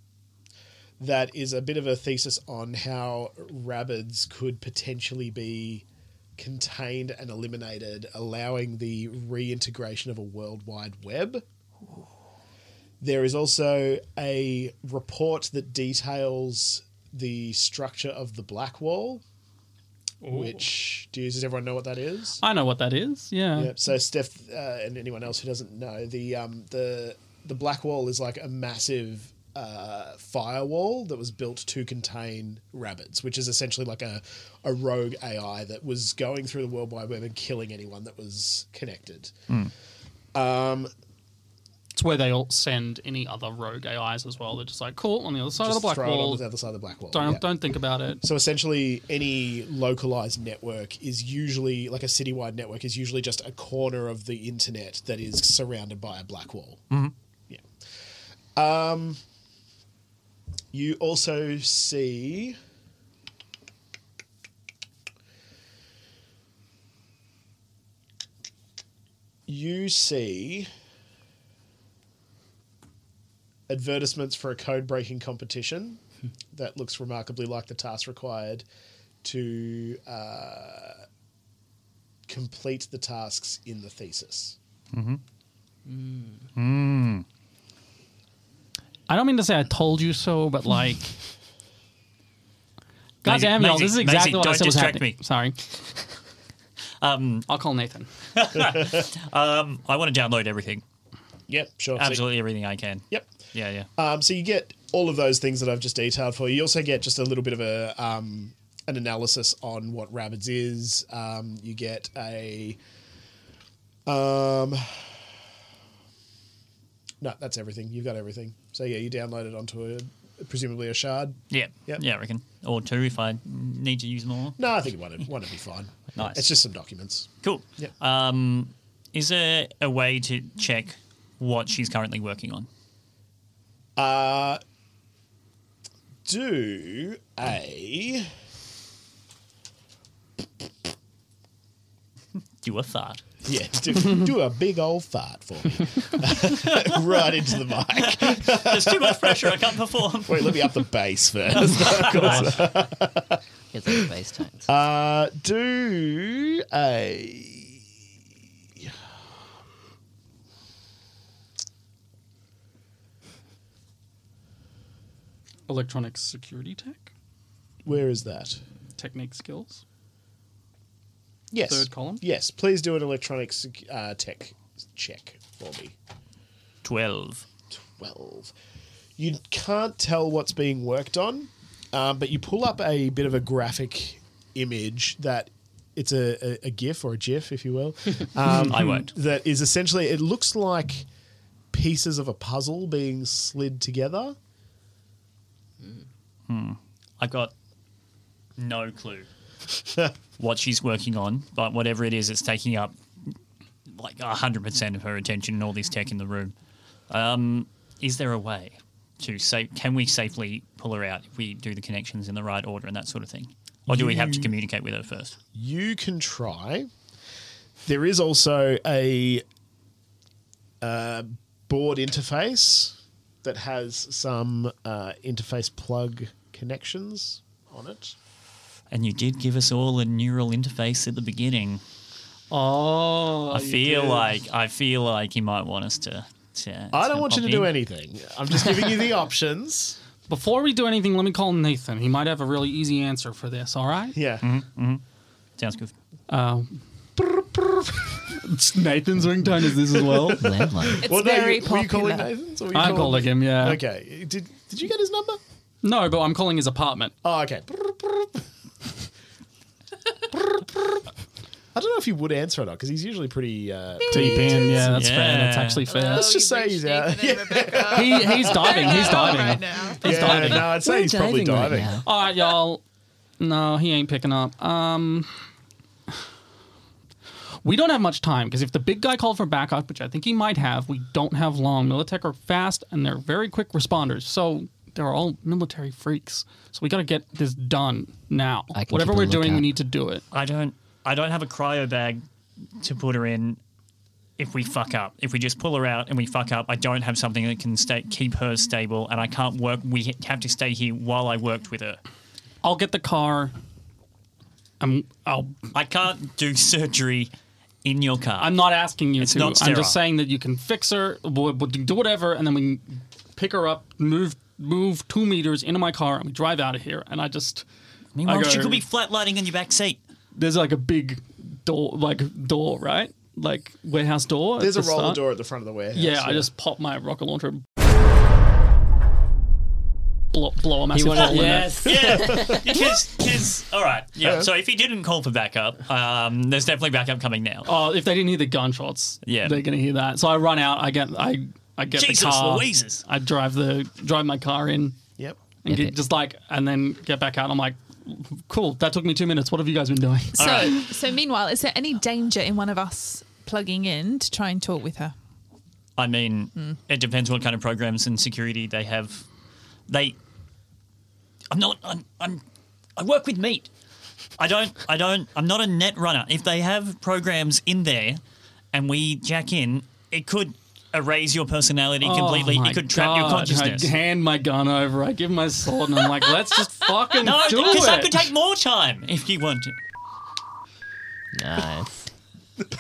[SPEAKER 1] that is a bit of a thesis on how rabbits could potentially be contained and eliminated, allowing the reintegration of a worldwide web. There is also a report that details the structure of the black wall, which does does everyone know what that is?
[SPEAKER 2] I know what that is. Yeah.
[SPEAKER 1] Yep. So Steph uh, and anyone else who doesn't know, the um, the the black wall is like a massive uh, firewall that was built to contain rabbits, which is essentially like a a rogue AI that was going through the World Wide Web and killing anyone that was connected.
[SPEAKER 2] It's where they all send any other rogue AIs as well. They're just like, cool, on the other side
[SPEAKER 1] Just
[SPEAKER 2] of the black
[SPEAKER 1] throw it
[SPEAKER 2] wall.
[SPEAKER 1] on the other side of the black wall.
[SPEAKER 2] don't
[SPEAKER 1] yeah.
[SPEAKER 2] don't think about it.
[SPEAKER 1] So essentially, any localized network is usually like a citywide network is usually just a corner of the internet that is surrounded by a black wall. Yeah. Um, you also see. You see advertisements for a code breaking competition that looks remarkably like the task required to uh, complete the tasks in the thesis.
[SPEAKER 2] I don't mean to say I told you so, but like. God damn it,
[SPEAKER 4] Maisie,
[SPEAKER 2] this is
[SPEAKER 4] Maisie,
[SPEAKER 2] exactly what I
[SPEAKER 4] don't
[SPEAKER 2] said was
[SPEAKER 4] distract
[SPEAKER 2] happening.
[SPEAKER 4] me.
[SPEAKER 2] Sorry. Um, I'll call Nathan.
[SPEAKER 4] Um, I want to download everything,
[SPEAKER 1] Yep, sure. So-
[SPEAKER 4] absolutely everything I can.
[SPEAKER 1] yep.
[SPEAKER 4] Yeah, yeah.
[SPEAKER 1] Um, so you get all of those things that I've just detailed for you. You also get just a little bit of a um, an analysis on what Rabbids is. Um, you get a um, no, that's everything. You've got everything. So yeah, you download it onto a presumably a shard.
[SPEAKER 4] Yeah,
[SPEAKER 1] Yep.
[SPEAKER 4] yeah, I reckon. Or two if I need to use more.
[SPEAKER 1] No, I think one would, one would be fine.
[SPEAKER 4] Nice.
[SPEAKER 1] It's just some documents.
[SPEAKER 4] Cool.
[SPEAKER 1] Yeah.
[SPEAKER 4] Um, is there a way to check what she's currently working on?
[SPEAKER 1] Uh, do a
[SPEAKER 4] Do a
[SPEAKER 1] <laughs>
[SPEAKER 4] fart.
[SPEAKER 1] yeah, do, do a big old fart for me, <laughs> right into the mic.
[SPEAKER 4] There's too much pressure. I can't perform.
[SPEAKER 1] Wait, let me up the bass first.
[SPEAKER 5] It's like bass tones.
[SPEAKER 1] Uh, do a
[SPEAKER 2] Electronic security tech,
[SPEAKER 1] where is that?
[SPEAKER 2] technique skills.
[SPEAKER 1] Yes,
[SPEAKER 2] Third column?
[SPEAKER 1] Yes, please do an electronic sec- uh, tech check for me.
[SPEAKER 4] 12.
[SPEAKER 1] 12. You can't tell what's being worked on, um, but you pull up a bit of a graphic image that it's a, a, a GIF or a GIF, if you will. Um,
[SPEAKER 4] I won't.
[SPEAKER 1] That is essentially, it looks like pieces of a puzzle being slid together.
[SPEAKER 4] I've got
[SPEAKER 1] <laughs>
[SPEAKER 4] no clue what she's working on, but whatever it is, it's taking up like 100% of her attention and all this tech in the room. Um, is there a way to say, can we safely pull her out if we do the connections in the right order and that sort of thing? Or do we have to communicate with her first?
[SPEAKER 1] You can try. There is also a uh, board interface that has some uh, interface plug connections on it.
[SPEAKER 4] And you did give us all a neural interface at the beginning.
[SPEAKER 2] Oh,
[SPEAKER 4] I feel like I feel like he might want us to. to
[SPEAKER 1] I don't want you to
[SPEAKER 4] pop
[SPEAKER 1] do
[SPEAKER 4] in.
[SPEAKER 1] anything. I'm just giving you the <laughs> options.
[SPEAKER 2] Before we do anything, let me call Nathan. He might have a really easy answer for this. All right. Um,
[SPEAKER 1] Yeah.
[SPEAKER 4] Sounds good.
[SPEAKER 2] <laughs> Nathan's ringtone is this as <laughs> well.
[SPEAKER 3] <laughs>
[SPEAKER 5] Landline.
[SPEAKER 3] It's
[SPEAKER 1] Well, no,
[SPEAKER 3] very
[SPEAKER 1] you-
[SPEAKER 3] popular.
[SPEAKER 1] Were you calling Nathan's? Or were you
[SPEAKER 2] I'm calling him. Yeah.
[SPEAKER 1] Okay. Did Did you get his number?
[SPEAKER 2] No, but I'm calling his apartment.
[SPEAKER 1] Oh, okay. <laughs> I don't know if he would answer or not because he's usually pretty. Uh,
[SPEAKER 2] Deep in. Yeah, that's fair.
[SPEAKER 4] Yeah.
[SPEAKER 2] That's actually fair.
[SPEAKER 3] Oh,
[SPEAKER 1] Let's just say he's out. <laughs>
[SPEAKER 2] He, he's diving. He's diving.
[SPEAKER 3] now.
[SPEAKER 2] He's
[SPEAKER 1] yeah,
[SPEAKER 2] diving.
[SPEAKER 1] no, I'd say he's probably diving.
[SPEAKER 5] Right now.
[SPEAKER 2] All right, y'all. No, he ain't picking up. Um, we don't have much time because if the big guy called for backup, which I think he might have, we don't have long. Militech are fast and they're very quick responders, so they're all military freaks. So we got to get this done now.
[SPEAKER 5] I can
[SPEAKER 2] Whatever
[SPEAKER 5] keep a
[SPEAKER 2] we're doing, we
[SPEAKER 5] lookout.
[SPEAKER 2] need to do it.
[SPEAKER 4] I don't I don't have a cryo bag to put her in if we fuck up. If we just pull her out and we fuck up, I don't have something that can stay, keep her stable and I can't work we have to stay here while I worked with her.
[SPEAKER 2] I'll get the car. I'm. I'll.
[SPEAKER 4] I can't do surgery in your car.
[SPEAKER 2] I'm not asking you to.
[SPEAKER 4] not
[SPEAKER 2] I'm
[SPEAKER 4] sterile.
[SPEAKER 2] just saying that you can fix her. We'll, we'll do whatever, and then we can pick her up, move move two meters into my car, and we drive out of here. And I just.
[SPEAKER 4] Meanwhile,
[SPEAKER 2] I go-
[SPEAKER 4] she could be flatlining in your back seat.
[SPEAKER 2] <laughs> there's like a big door, like door, right? Like warehouse door. at
[SPEAKER 1] There's a
[SPEAKER 2] the
[SPEAKER 1] roller
[SPEAKER 2] start.
[SPEAKER 1] door at the front of the warehouse.
[SPEAKER 2] Yeah, I just pop my rocket launcher, blow, blow a massive
[SPEAKER 5] wanted-
[SPEAKER 2] hole
[SPEAKER 5] yes.
[SPEAKER 2] in it.
[SPEAKER 4] <laughs> Yeah, because, because, all right, yeah. So if he didn't call for backup, um, there's definitely backup coming now.
[SPEAKER 2] Oh, if they didn't hear the gunshots,
[SPEAKER 4] Yeah.
[SPEAKER 2] they're gonna hear that. So I run out. I get, I, I get
[SPEAKER 4] Jesus
[SPEAKER 2] the car.
[SPEAKER 4] Louises.
[SPEAKER 2] I drive the drive my car in <laughs>
[SPEAKER 1] Yep.
[SPEAKER 2] and get,
[SPEAKER 5] Epic.
[SPEAKER 2] just like, and then get back out. I'm like, cool. That took me two minutes. What have you guys been doing?
[SPEAKER 3] So, so meanwhile, is there any danger in one of us plugging in to try and talk with her?
[SPEAKER 4] I mean, it depends what kind of programs and security they have. They, I'm not. I'm. I'm I work with meat. I don't. I don't. I'm not a net runner. If they have programs in there, and we jack in, it could erase your personality <laughs> completely.
[SPEAKER 2] Oh my
[SPEAKER 4] It could trap your
[SPEAKER 2] God.
[SPEAKER 4] consciousness.
[SPEAKER 2] I hand my gun over. I give my sword, and I'm like, let's
[SPEAKER 4] <laughs>
[SPEAKER 2] just fucking
[SPEAKER 4] No,
[SPEAKER 2] do
[SPEAKER 4] because
[SPEAKER 2] it.
[SPEAKER 4] that could take more time if you want to.
[SPEAKER 5] Nice.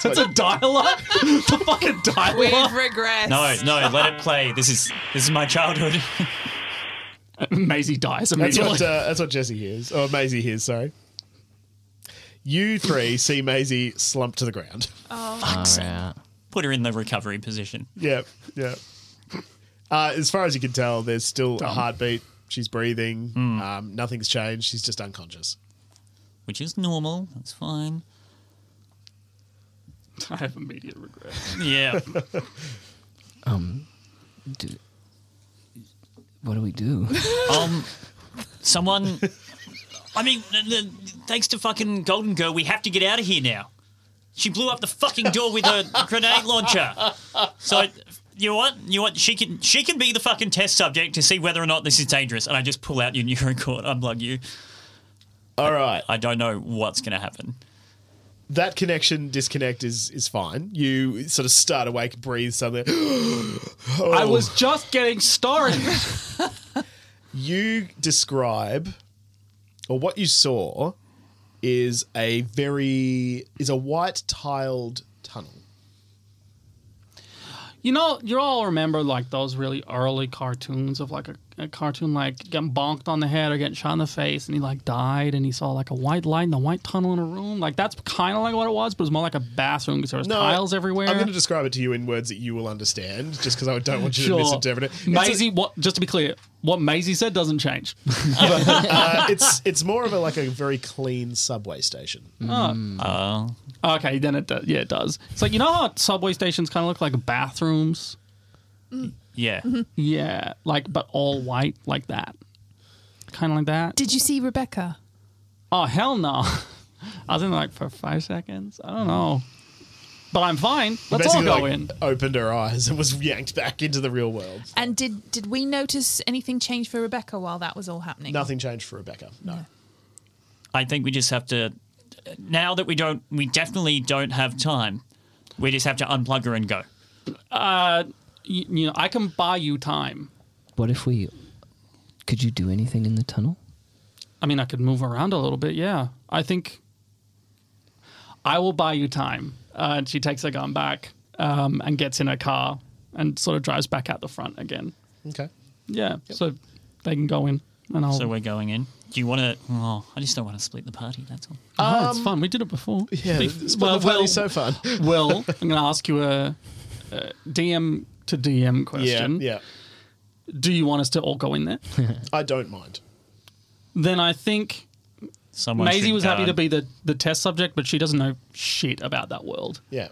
[SPEAKER 2] That's a dialogue. <laughs> the fucking
[SPEAKER 3] We've
[SPEAKER 2] dialogue.
[SPEAKER 3] regressed.
[SPEAKER 4] No, no, let it play. This is this is my childhood. <laughs>
[SPEAKER 2] Maisie dies
[SPEAKER 1] That's
[SPEAKER 2] immediately.
[SPEAKER 1] what uh, that's what Jesse hears, or Maisie hears. Sorry. You three see Maisie slump to the ground.
[SPEAKER 5] All right.
[SPEAKER 4] Put her in the recovery position.
[SPEAKER 1] Yep, yep. Uh, as far as you can tell, there's still a heartbeat. She's breathing.
[SPEAKER 2] Hmm.
[SPEAKER 1] Um, nothing's changed. She's just unconscious.
[SPEAKER 4] which is normal. That's fine.
[SPEAKER 2] <laughs> I have immediate regret.
[SPEAKER 4] Yeah.
[SPEAKER 5] Do, what do we do?
[SPEAKER 4] um, someone. I mean, th- th- thanks to fucking Golden Girl, we have to get out of here now. She blew up the fucking door with a grenade launcher. So you know what? You know what? She can she can be the fucking test subject to see whether or not this is dangerous. And I just pull out your neurocord, unplug you.
[SPEAKER 1] All right.
[SPEAKER 4] I don't know what's gonna happen.
[SPEAKER 1] That connection disconnect is is fine. You sort of start awake, breathe <gasps> suddenly. Oh.
[SPEAKER 2] I was just getting started. <laughs>
[SPEAKER 1] you describe or what you saw is a very is a white tiled tunnel.
[SPEAKER 2] you know, you all remember like those really early cartoons of like a, a cartoon like getting bonked on the head or getting shot in the face, and he like died, and he saw like a white light in a white tunnel in a room. Like that's kind of like what it was, but it was more like a bathroom because there was tiles everywhere.
[SPEAKER 1] I'm going to describe it to you in words that you will understand, just because I don't want you
[SPEAKER 2] Sure.
[SPEAKER 1] to misinterpret it. It's a-
[SPEAKER 2] Maisie, what? Just to be clear, what Maisie said doesn't change.
[SPEAKER 1] <laughs> uh, it's it's more of a like a very clean subway station.
[SPEAKER 2] Mm. Ah.
[SPEAKER 4] Uh,
[SPEAKER 2] okay, then it does. Yeah, it does. It's like you know how subway stations kind of look like bathrooms.
[SPEAKER 4] yeah.
[SPEAKER 2] Yeah, like but all white, like that, kind of like that.
[SPEAKER 3] Did you see Rebecca?
[SPEAKER 2] oh hell no! <laughs> I was in like for five seconds. I don't know, but I'm fine. Let's all
[SPEAKER 1] Basically,
[SPEAKER 2] go
[SPEAKER 1] like,
[SPEAKER 2] in.
[SPEAKER 1] Opened her eyes and was yanked back into the real world.
[SPEAKER 3] And did did we notice anything change for Rebecca while that was all happening?
[SPEAKER 1] Nothing changed for Rebecca. No.
[SPEAKER 4] I think we just have to. Now that we don't, we definitely don't have time. We just have to unplug her and go.
[SPEAKER 2] You, you know, I can buy you time.
[SPEAKER 5] What if we? Could you do anything in the tunnel?
[SPEAKER 2] I mean, I could move around a little bit. Yeah, I think I will buy you time. Uh, and she takes her gun back um, and gets in her car and sort of drives back out the front again.
[SPEAKER 1] Okay.
[SPEAKER 2] Yeah, so they can go in. And I'll,
[SPEAKER 4] So we're going in. Do you want to? Oh, I just don't want to split the party. That's all.
[SPEAKER 2] Oh, it's fun. We did it before.
[SPEAKER 1] Um, Yeah.
[SPEAKER 2] Be-
[SPEAKER 1] Split the party so fun.
[SPEAKER 2] Will, <laughs> I'm going to ask you a, a DM to DM
[SPEAKER 1] Yeah.
[SPEAKER 2] question.
[SPEAKER 1] Yeah.
[SPEAKER 2] Do you want us to all go in there?
[SPEAKER 1] <laughs> I don't mind.
[SPEAKER 2] then I think
[SPEAKER 4] Someone.
[SPEAKER 2] Maisie
[SPEAKER 4] should
[SPEAKER 2] was happy
[SPEAKER 4] guard.
[SPEAKER 2] to be the, the test subject, but she doesn't know shit about that world.
[SPEAKER 1] Yeah.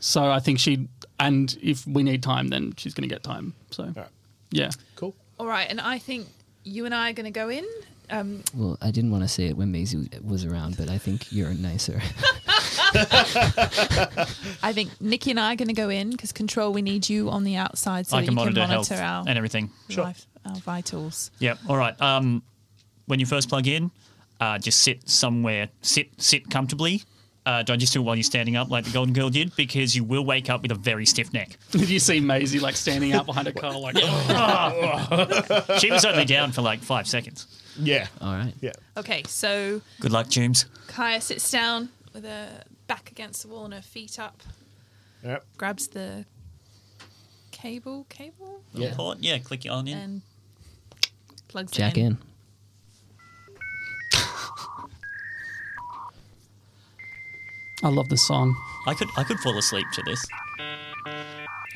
[SPEAKER 2] So I think she, and if we need time, then she's going to get time. So
[SPEAKER 1] All right.
[SPEAKER 2] yeah, <laughs>
[SPEAKER 1] Cool.
[SPEAKER 3] All right, and I think you and I are going to go in Um,
[SPEAKER 5] Well, I didn't want to see it when Measy was around, but I think you're nicer. <laughs>
[SPEAKER 3] I think Nikki and I are going to go in because control. We need you on the outside so
[SPEAKER 4] I
[SPEAKER 3] that
[SPEAKER 4] can
[SPEAKER 3] you
[SPEAKER 4] monitor,
[SPEAKER 3] can
[SPEAKER 4] health
[SPEAKER 3] monitor our
[SPEAKER 4] and everything.
[SPEAKER 3] life, our vitals.
[SPEAKER 4] Yep. All right. Um, when you first plug in, uh, just sit somewhere. Sit sit comfortably. Uh, don't just do it while you're standing up like the Golden Girl did, because you will wake up with a very stiff neck.
[SPEAKER 2] you see Maisie like standing out behind a car,
[SPEAKER 6] <laughs>
[SPEAKER 2] like
[SPEAKER 4] She was only down for like five seconds.
[SPEAKER 1] Yeah.
[SPEAKER 5] All right.
[SPEAKER 1] Yeah.
[SPEAKER 3] Okay, so
[SPEAKER 4] Good luck, James.
[SPEAKER 3] Kaya sits down with her back against the wall and her feet up,
[SPEAKER 1] Yep.
[SPEAKER 3] grabs the cable, cable,
[SPEAKER 1] Yeah.
[SPEAKER 4] Port, yeah, click it on in.
[SPEAKER 3] and plugs it
[SPEAKER 5] Jack in.
[SPEAKER 2] I love this
[SPEAKER 6] <laughs>
[SPEAKER 2] song.
[SPEAKER 4] I could I could fall asleep to this.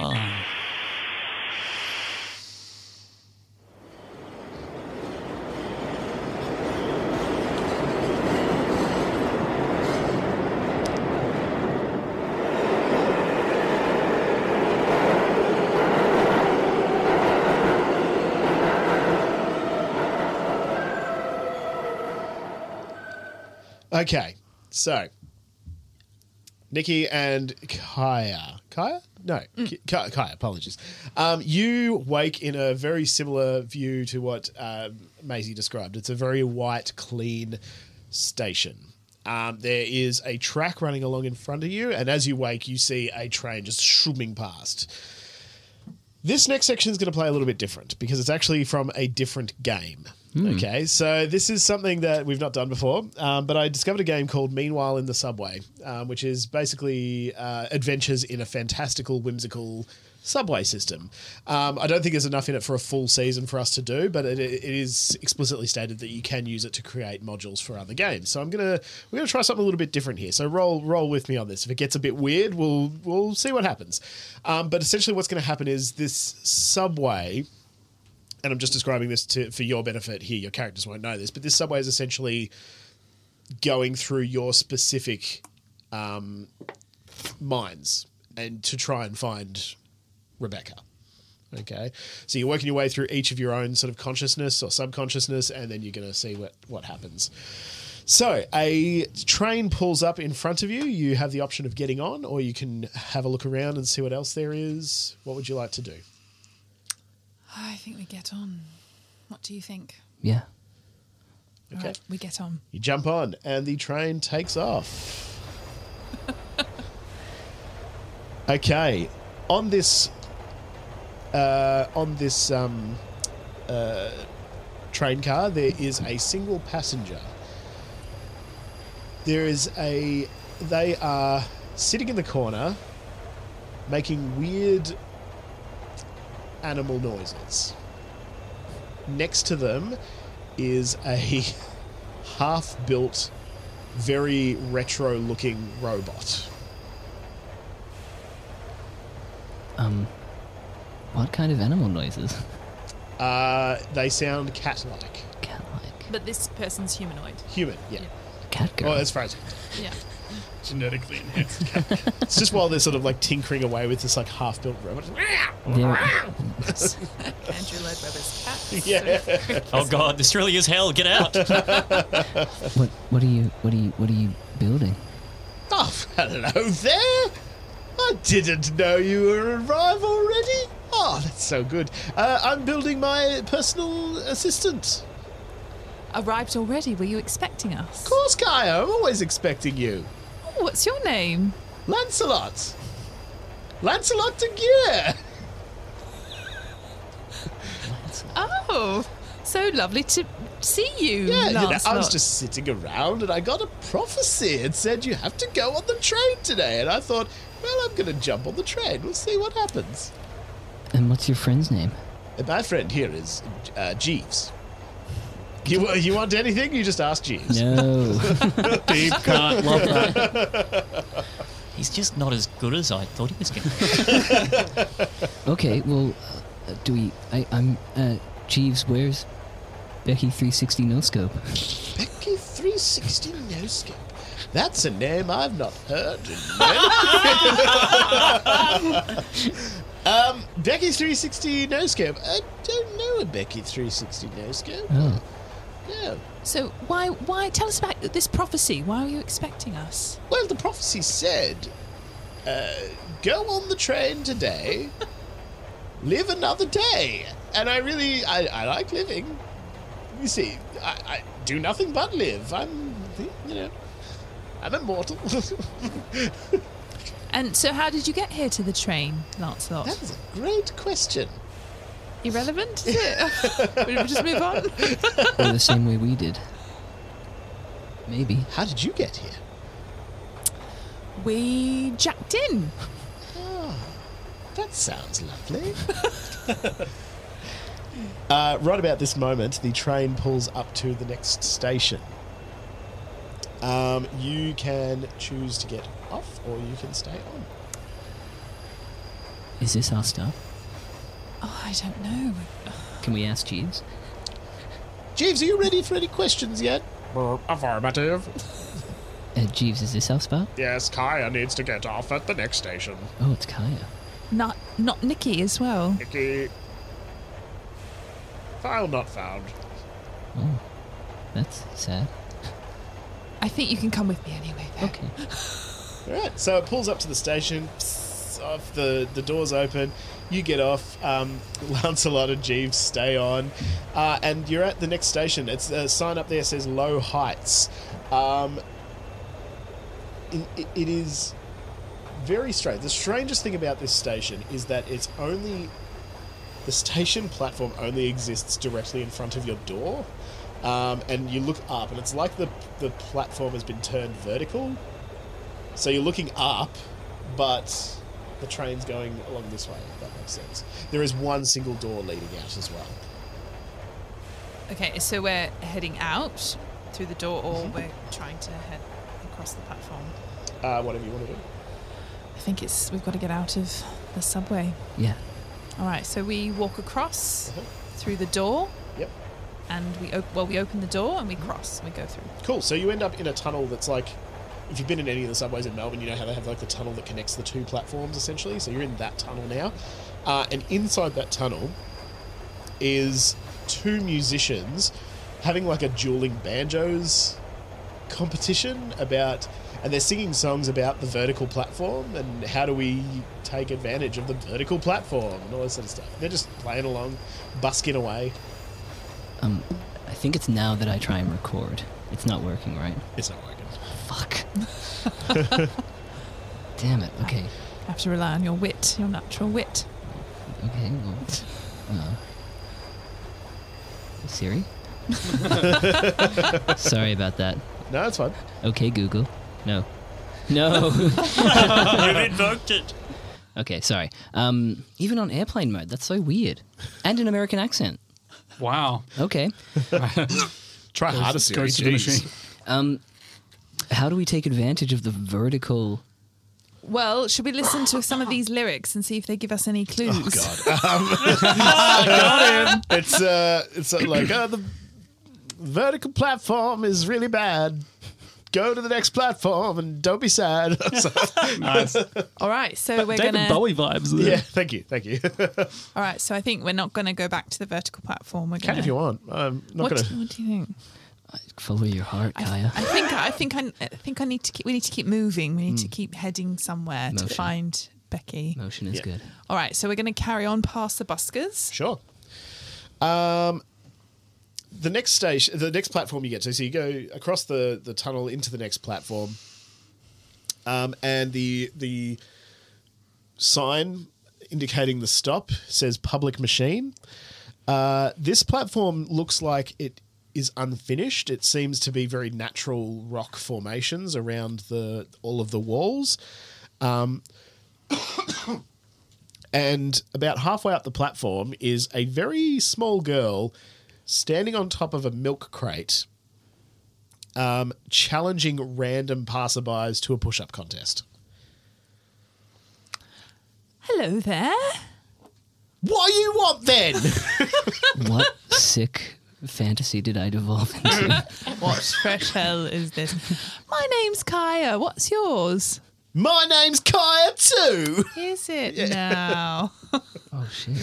[SPEAKER 4] Oh.
[SPEAKER 1] Okay. So, Nikki and Kaya. Kaya? No. Ki- Kaya, Kaya, apologies. Um, you wake in a very similar view to what um, Maisie described. It's a very white, clean station. Um, there is a track running along in front of you, and as you wake, you see a train just shrooming past. This next section is going to play a little bit different because it's actually from a different game. Okay, so this is something that we've not done before, um, but I discovered a game called Meanwhile in the Subway, um, which is basically uh, adventures in a fantastical, whimsical subway system. Um, I don't think there's enough in it for a full season for us to do, but it, it is explicitly stated that you can use it to create modules for other games. So I'm gonna we're gonna try something a little bit different here. So roll roll with me on this. If it gets a bit weird, we'll we'll see what happens. Um, but essentially, what's going to happen is this subway and I'm just describing this to, for your benefit here. Your characters won't know this, but this subway is essentially going through your specific um, minds and to try and find Rebecca. Okay, so you're working your way through each of your own sort of consciousness or subconsciousness, and then you're going to see what what happens. So a train pulls up in front of you. You have the option of getting on, or you can have a look around and see what else there is. What would you like to do?
[SPEAKER 3] <sighs> I think we get on. What do you think?
[SPEAKER 5] Yeah.
[SPEAKER 1] Okay.
[SPEAKER 3] Right, we get on.
[SPEAKER 1] You jump on, and the train takes off. okay, on this, uh, on this um, uh, train car, there is a single passenger. There is a. They are sitting in the corner, making weird animal noises. Next to them is a <laughs> half built, very retro looking robot.
[SPEAKER 5] Um, what kind of animal noises?
[SPEAKER 1] Uh, they sound cat like.
[SPEAKER 5] Cat like.
[SPEAKER 3] But this person's humanoid.
[SPEAKER 1] Human, yeah.
[SPEAKER 5] Cat girl.
[SPEAKER 1] Well, as far as
[SPEAKER 3] <laughs> Yeah.
[SPEAKER 6] Genetically enhanced.
[SPEAKER 1] it's just while they're sort of like tinkering away with this like half built robot.
[SPEAKER 5] They're-
[SPEAKER 3] Andrew Lloyd Webber's cat.
[SPEAKER 1] <laughs> Yeah.
[SPEAKER 4] oh god, this really is hell. Get out.
[SPEAKER 5] what? What are you? What are you? What are you building?
[SPEAKER 1] Oh, hello there! I didn't know you were arrived already. Oh, that's so good. Uh, I'm building my personal assistant.
[SPEAKER 3] <laughs> Arrived already. Were you expecting us?
[SPEAKER 1] Of course, Kaya, I'm always expecting you.
[SPEAKER 3] Oh, what's your name?
[SPEAKER 1] Lancelot! Lancelot de Gear!
[SPEAKER 3] Oh, so lovely to see you.
[SPEAKER 1] Yeah, you know, I was
[SPEAKER 3] Lancelot.
[SPEAKER 1] just sitting around and I got a prophecy. It said you have to go on the train today. And I thought, well, I'm going to jump on the train. We'll see what happens.
[SPEAKER 5] And what's your friend's name?
[SPEAKER 1] And my friend here is uh, Jeeves. You, uh, you want anything? You just ask <laughs> Jeeves.
[SPEAKER 5] No.
[SPEAKER 6] Deep cut. Love that.
[SPEAKER 4] He's just not as good as I thought he was going to be.
[SPEAKER 5] <laughs> okay. Well, uh, do we? I, I'm. Uh, Jeeves, where's Becky 360 No Scope?
[SPEAKER 1] Becky 360 No Scope. That's a name I've not heard. in a minute. <laughs> um, Becky 360 No Scope. I don't know a Becky 360 No Scope.
[SPEAKER 5] Oh,
[SPEAKER 7] Yeah.
[SPEAKER 3] So why why tell us about this prophecy? Why were you expecting us?
[SPEAKER 7] Well, the prophecy said, uh, "Go on the train <laughs> today, live another day." And I really, I, I like living. You see, I, I do nothing but live. I'm, you know, I'm immortal. <laughs>
[SPEAKER 3] And so how did you get here to the train, Lancelot?
[SPEAKER 7] that is a great question.
[SPEAKER 3] Irrelevant, is
[SPEAKER 1] <laughs>
[SPEAKER 3] it? <laughs> we just move on.
[SPEAKER 5] Or the same way we did. Maybe.
[SPEAKER 7] How did you get here?
[SPEAKER 3] We jacked in.
[SPEAKER 7] That sounds lovely.
[SPEAKER 1] <laughs> Uh, right about this moment, the train pulls up to the next station. Um, you can choose to get off or you can stay on.
[SPEAKER 5] Is this our star?
[SPEAKER 3] Oh, I don't know.
[SPEAKER 5] Can we ask Jeeves?
[SPEAKER 7] Jeeves, are you ready for any questions yet?
[SPEAKER 6] Affirmative.
[SPEAKER 5] Uh, Jeeves, is this our star?
[SPEAKER 6] Yes, Kaya needs to get off at the next station.
[SPEAKER 5] Oh, it's Kaya.
[SPEAKER 3] Not not Nikki as well.
[SPEAKER 6] Icky. File not found.
[SPEAKER 5] That's sad.
[SPEAKER 3] I think you can come with me anyway. Though.
[SPEAKER 5] Okay.
[SPEAKER 1] All right, so it pulls up to the station. psst, Off the the doors open, you get off. Um, <laughs> Lancelot and Jeeves stay on, uh, and you're at the next station. It's a sign up there says Low Heights. Um, it, it, it is very strange. The strangest thing about this station is that it's only the station platform only exists directly in front of your door, um, and you look up, and it's like the the platform has been turned vertical. So you're looking up, but the train's going along this way, if that makes sense. There is one single door leading out as well.
[SPEAKER 3] Okay, so we're heading out through the door, or we're trying to head across the platform.
[SPEAKER 1] Uh, whatever you want to do.
[SPEAKER 3] I think it's we've got to get out of the subway.
[SPEAKER 5] Yeah.
[SPEAKER 3] All right, so we walk across
[SPEAKER 1] Mhm.
[SPEAKER 2] Mm-hmm.
[SPEAKER 3] through the door,
[SPEAKER 1] Yep.
[SPEAKER 3] and we op- well we open the door and we cross and we go through.
[SPEAKER 1] Cool. So you end up in a tunnel that's like. If you've been in any of the subways in Melbourne, you know how they have like the tunnel that connects the two platforms essentially. So you're in that tunnel now. Uh, and inside that tunnel is two musicians having like a dueling banjos competition about and they're singing songs about the vertical platform and how do we take advantage of the vertical platform and all this sort of stuff. They're just playing along, busking away.
[SPEAKER 5] Um, I think it's now that I try and record. It's not working, right?
[SPEAKER 1] It's not working.
[SPEAKER 5] Fuck. Damn it. Okay.
[SPEAKER 3] Have to rely on your wit, your natural wit.
[SPEAKER 5] Okay. Well. Uh, Siri. Sorry about that.
[SPEAKER 1] No, it's fine.
[SPEAKER 5] Okay, Google. No. No. <laughs>
[SPEAKER 4] You've invoked it.
[SPEAKER 5] okay. Sorry. Um, even on airplane mode, that's so weird. And an American accent.
[SPEAKER 2] Wow.
[SPEAKER 5] Okay.
[SPEAKER 6] Try harder, Siri.
[SPEAKER 2] Goes to the machine.
[SPEAKER 5] Um, how do we take advantage of the vertical?
[SPEAKER 3] Well, should we listen to some of these lyrics and see if they give us
[SPEAKER 2] Oh,
[SPEAKER 3] any clues?
[SPEAKER 1] It's uh, it's uh, like uh, the vertical platform is really bad. Go to the next platform and don't be sad. <laughs> So-
[SPEAKER 2] Nice.
[SPEAKER 3] All right, so we're
[SPEAKER 2] David
[SPEAKER 3] gonna.
[SPEAKER 2] Bowie vibes. There.
[SPEAKER 1] yeah, thank you, thank you. <laughs>
[SPEAKER 3] All right, so I think we're not gonna go back to the vertical platform. We're
[SPEAKER 1] Can
[SPEAKER 3] gonna.
[SPEAKER 1] if you want. I'm not
[SPEAKER 3] What,
[SPEAKER 1] gonna.
[SPEAKER 3] what do you think?
[SPEAKER 5] Follow your heart, Kaya.
[SPEAKER 3] I think I think I, I think I need to keep. We need to keep moving. We need
[SPEAKER 1] Hmm.
[SPEAKER 3] to keep heading somewhere
[SPEAKER 5] Motion.
[SPEAKER 3] to find Becky.
[SPEAKER 5] Motion is
[SPEAKER 1] Yeah.
[SPEAKER 5] good.
[SPEAKER 3] All right, so we're going to carry on past the buskers.
[SPEAKER 1] Sure. Um, the next station, the next platform you get to, so you go across the the tunnel into the next platform, um, and the the sign indicating the stop says public machine. Uh, this platform looks like it is unfinished. It seems to be very natural rock formations around the all of the walls. and about halfway up the platform is a very small girl standing on top of a milk crate, um, challenging random passerbys to a push-up contest.
[SPEAKER 3] Hello there.
[SPEAKER 1] What do you want then?
[SPEAKER 5] What sick fantasy did I devolve <laughs> into?
[SPEAKER 3] What <laughs> fresh hell is this? My name's Kaya. What's yours?
[SPEAKER 1] My name's Kaya too.
[SPEAKER 3] Is it now?
[SPEAKER 5] oh shit!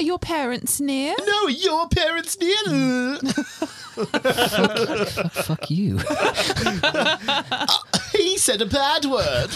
[SPEAKER 3] Are your parents near?
[SPEAKER 8] No, your parents near.
[SPEAKER 5] Fuck you.
[SPEAKER 8] he said a bad
[SPEAKER 1] <laughs>
[SPEAKER 8] word.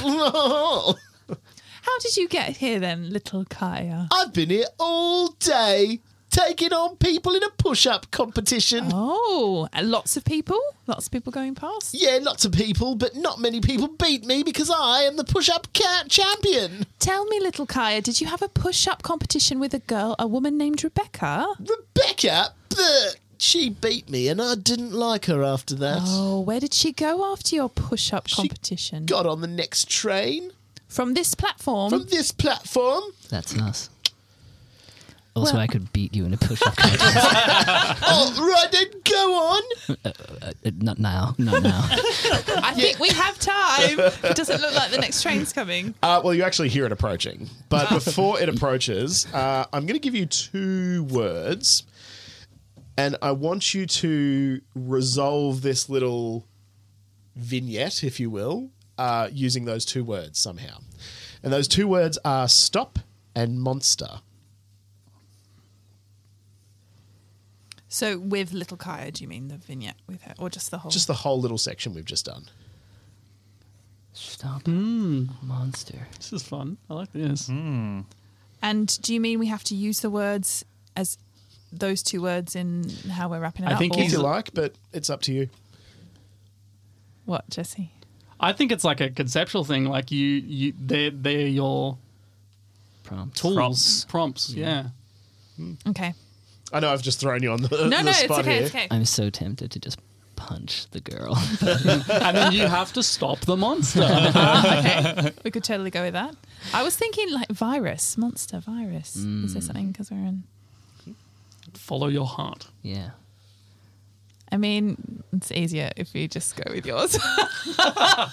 [SPEAKER 3] How did you get here then, little
[SPEAKER 1] <laughs>
[SPEAKER 3] Kaya?
[SPEAKER 8] I've been here all day taking on people in a push-up competition.
[SPEAKER 3] Oh, and lots of people? Lots of people going past?
[SPEAKER 8] Yeah, lots of people, but not many people beat me because I am the push-up cat champion.
[SPEAKER 3] Tell me, little Kaya, did you have a push up competition with a girl, a woman named Rebecca?
[SPEAKER 8] Rebecca, bleh, she beat me, and I didn't like her after that.
[SPEAKER 3] Oh, where did she go after your push up competition?
[SPEAKER 8] Got on the next train
[SPEAKER 3] From this platform?
[SPEAKER 8] from this platform.
[SPEAKER 5] That's us. Also,
[SPEAKER 3] Well-
[SPEAKER 5] I could beat you in a push-up contest.
[SPEAKER 8] Oh, right then, go on.
[SPEAKER 5] Uh, not now. Not now.
[SPEAKER 3] I think we have time. It doesn't look like the next train's coming.
[SPEAKER 1] Uh, well, you actually hear it approaching. But before it approaches, uh, I'm going to give you two words. And I want you to resolve this little vignette, if you will, uh, using those two words somehow. And those two words are stop and monster.
[SPEAKER 3] So, with little Kaya, do you mean the vignette with her, or just the whole?
[SPEAKER 1] Just the whole little section we've just done.
[SPEAKER 5] Stop. Monster.
[SPEAKER 2] This is fun. I like this.
[SPEAKER 3] and do you mean we have to use the words as those two words in how we're wrapping it
[SPEAKER 2] I
[SPEAKER 3] up?
[SPEAKER 2] think
[SPEAKER 3] or
[SPEAKER 1] If
[SPEAKER 2] he's-
[SPEAKER 1] you like, but it's up to you.
[SPEAKER 3] what, Jesse?
[SPEAKER 2] I think it's like a conceptual thing. Like you, you they're they're your
[SPEAKER 5] Prompt.
[SPEAKER 2] tools,
[SPEAKER 4] Prompts.
[SPEAKER 2] prompts. yeah.
[SPEAKER 3] Okay.
[SPEAKER 1] I know I've just thrown you on the,
[SPEAKER 3] No,
[SPEAKER 1] the
[SPEAKER 3] no, it's
[SPEAKER 1] spot
[SPEAKER 3] okay.
[SPEAKER 1] here.
[SPEAKER 3] It's okay.
[SPEAKER 5] I'm so tempted to just punch the girl. <laughs>
[SPEAKER 2] and then you have to stop the <laughs> monster.
[SPEAKER 4] <laughs>
[SPEAKER 3] We could totally go with that. I was thinking like virus, monster virus. Is
[SPEAKER 4] Mm.
[SPEAKER 3] there something because we're in?
[SPEAKER 2] Follow your heart.
[SPEAKER 5] yeah.
[SPEAKER 3] I mean, it's easier if you just go with yours. <laughs>
[SPEAKER 5] I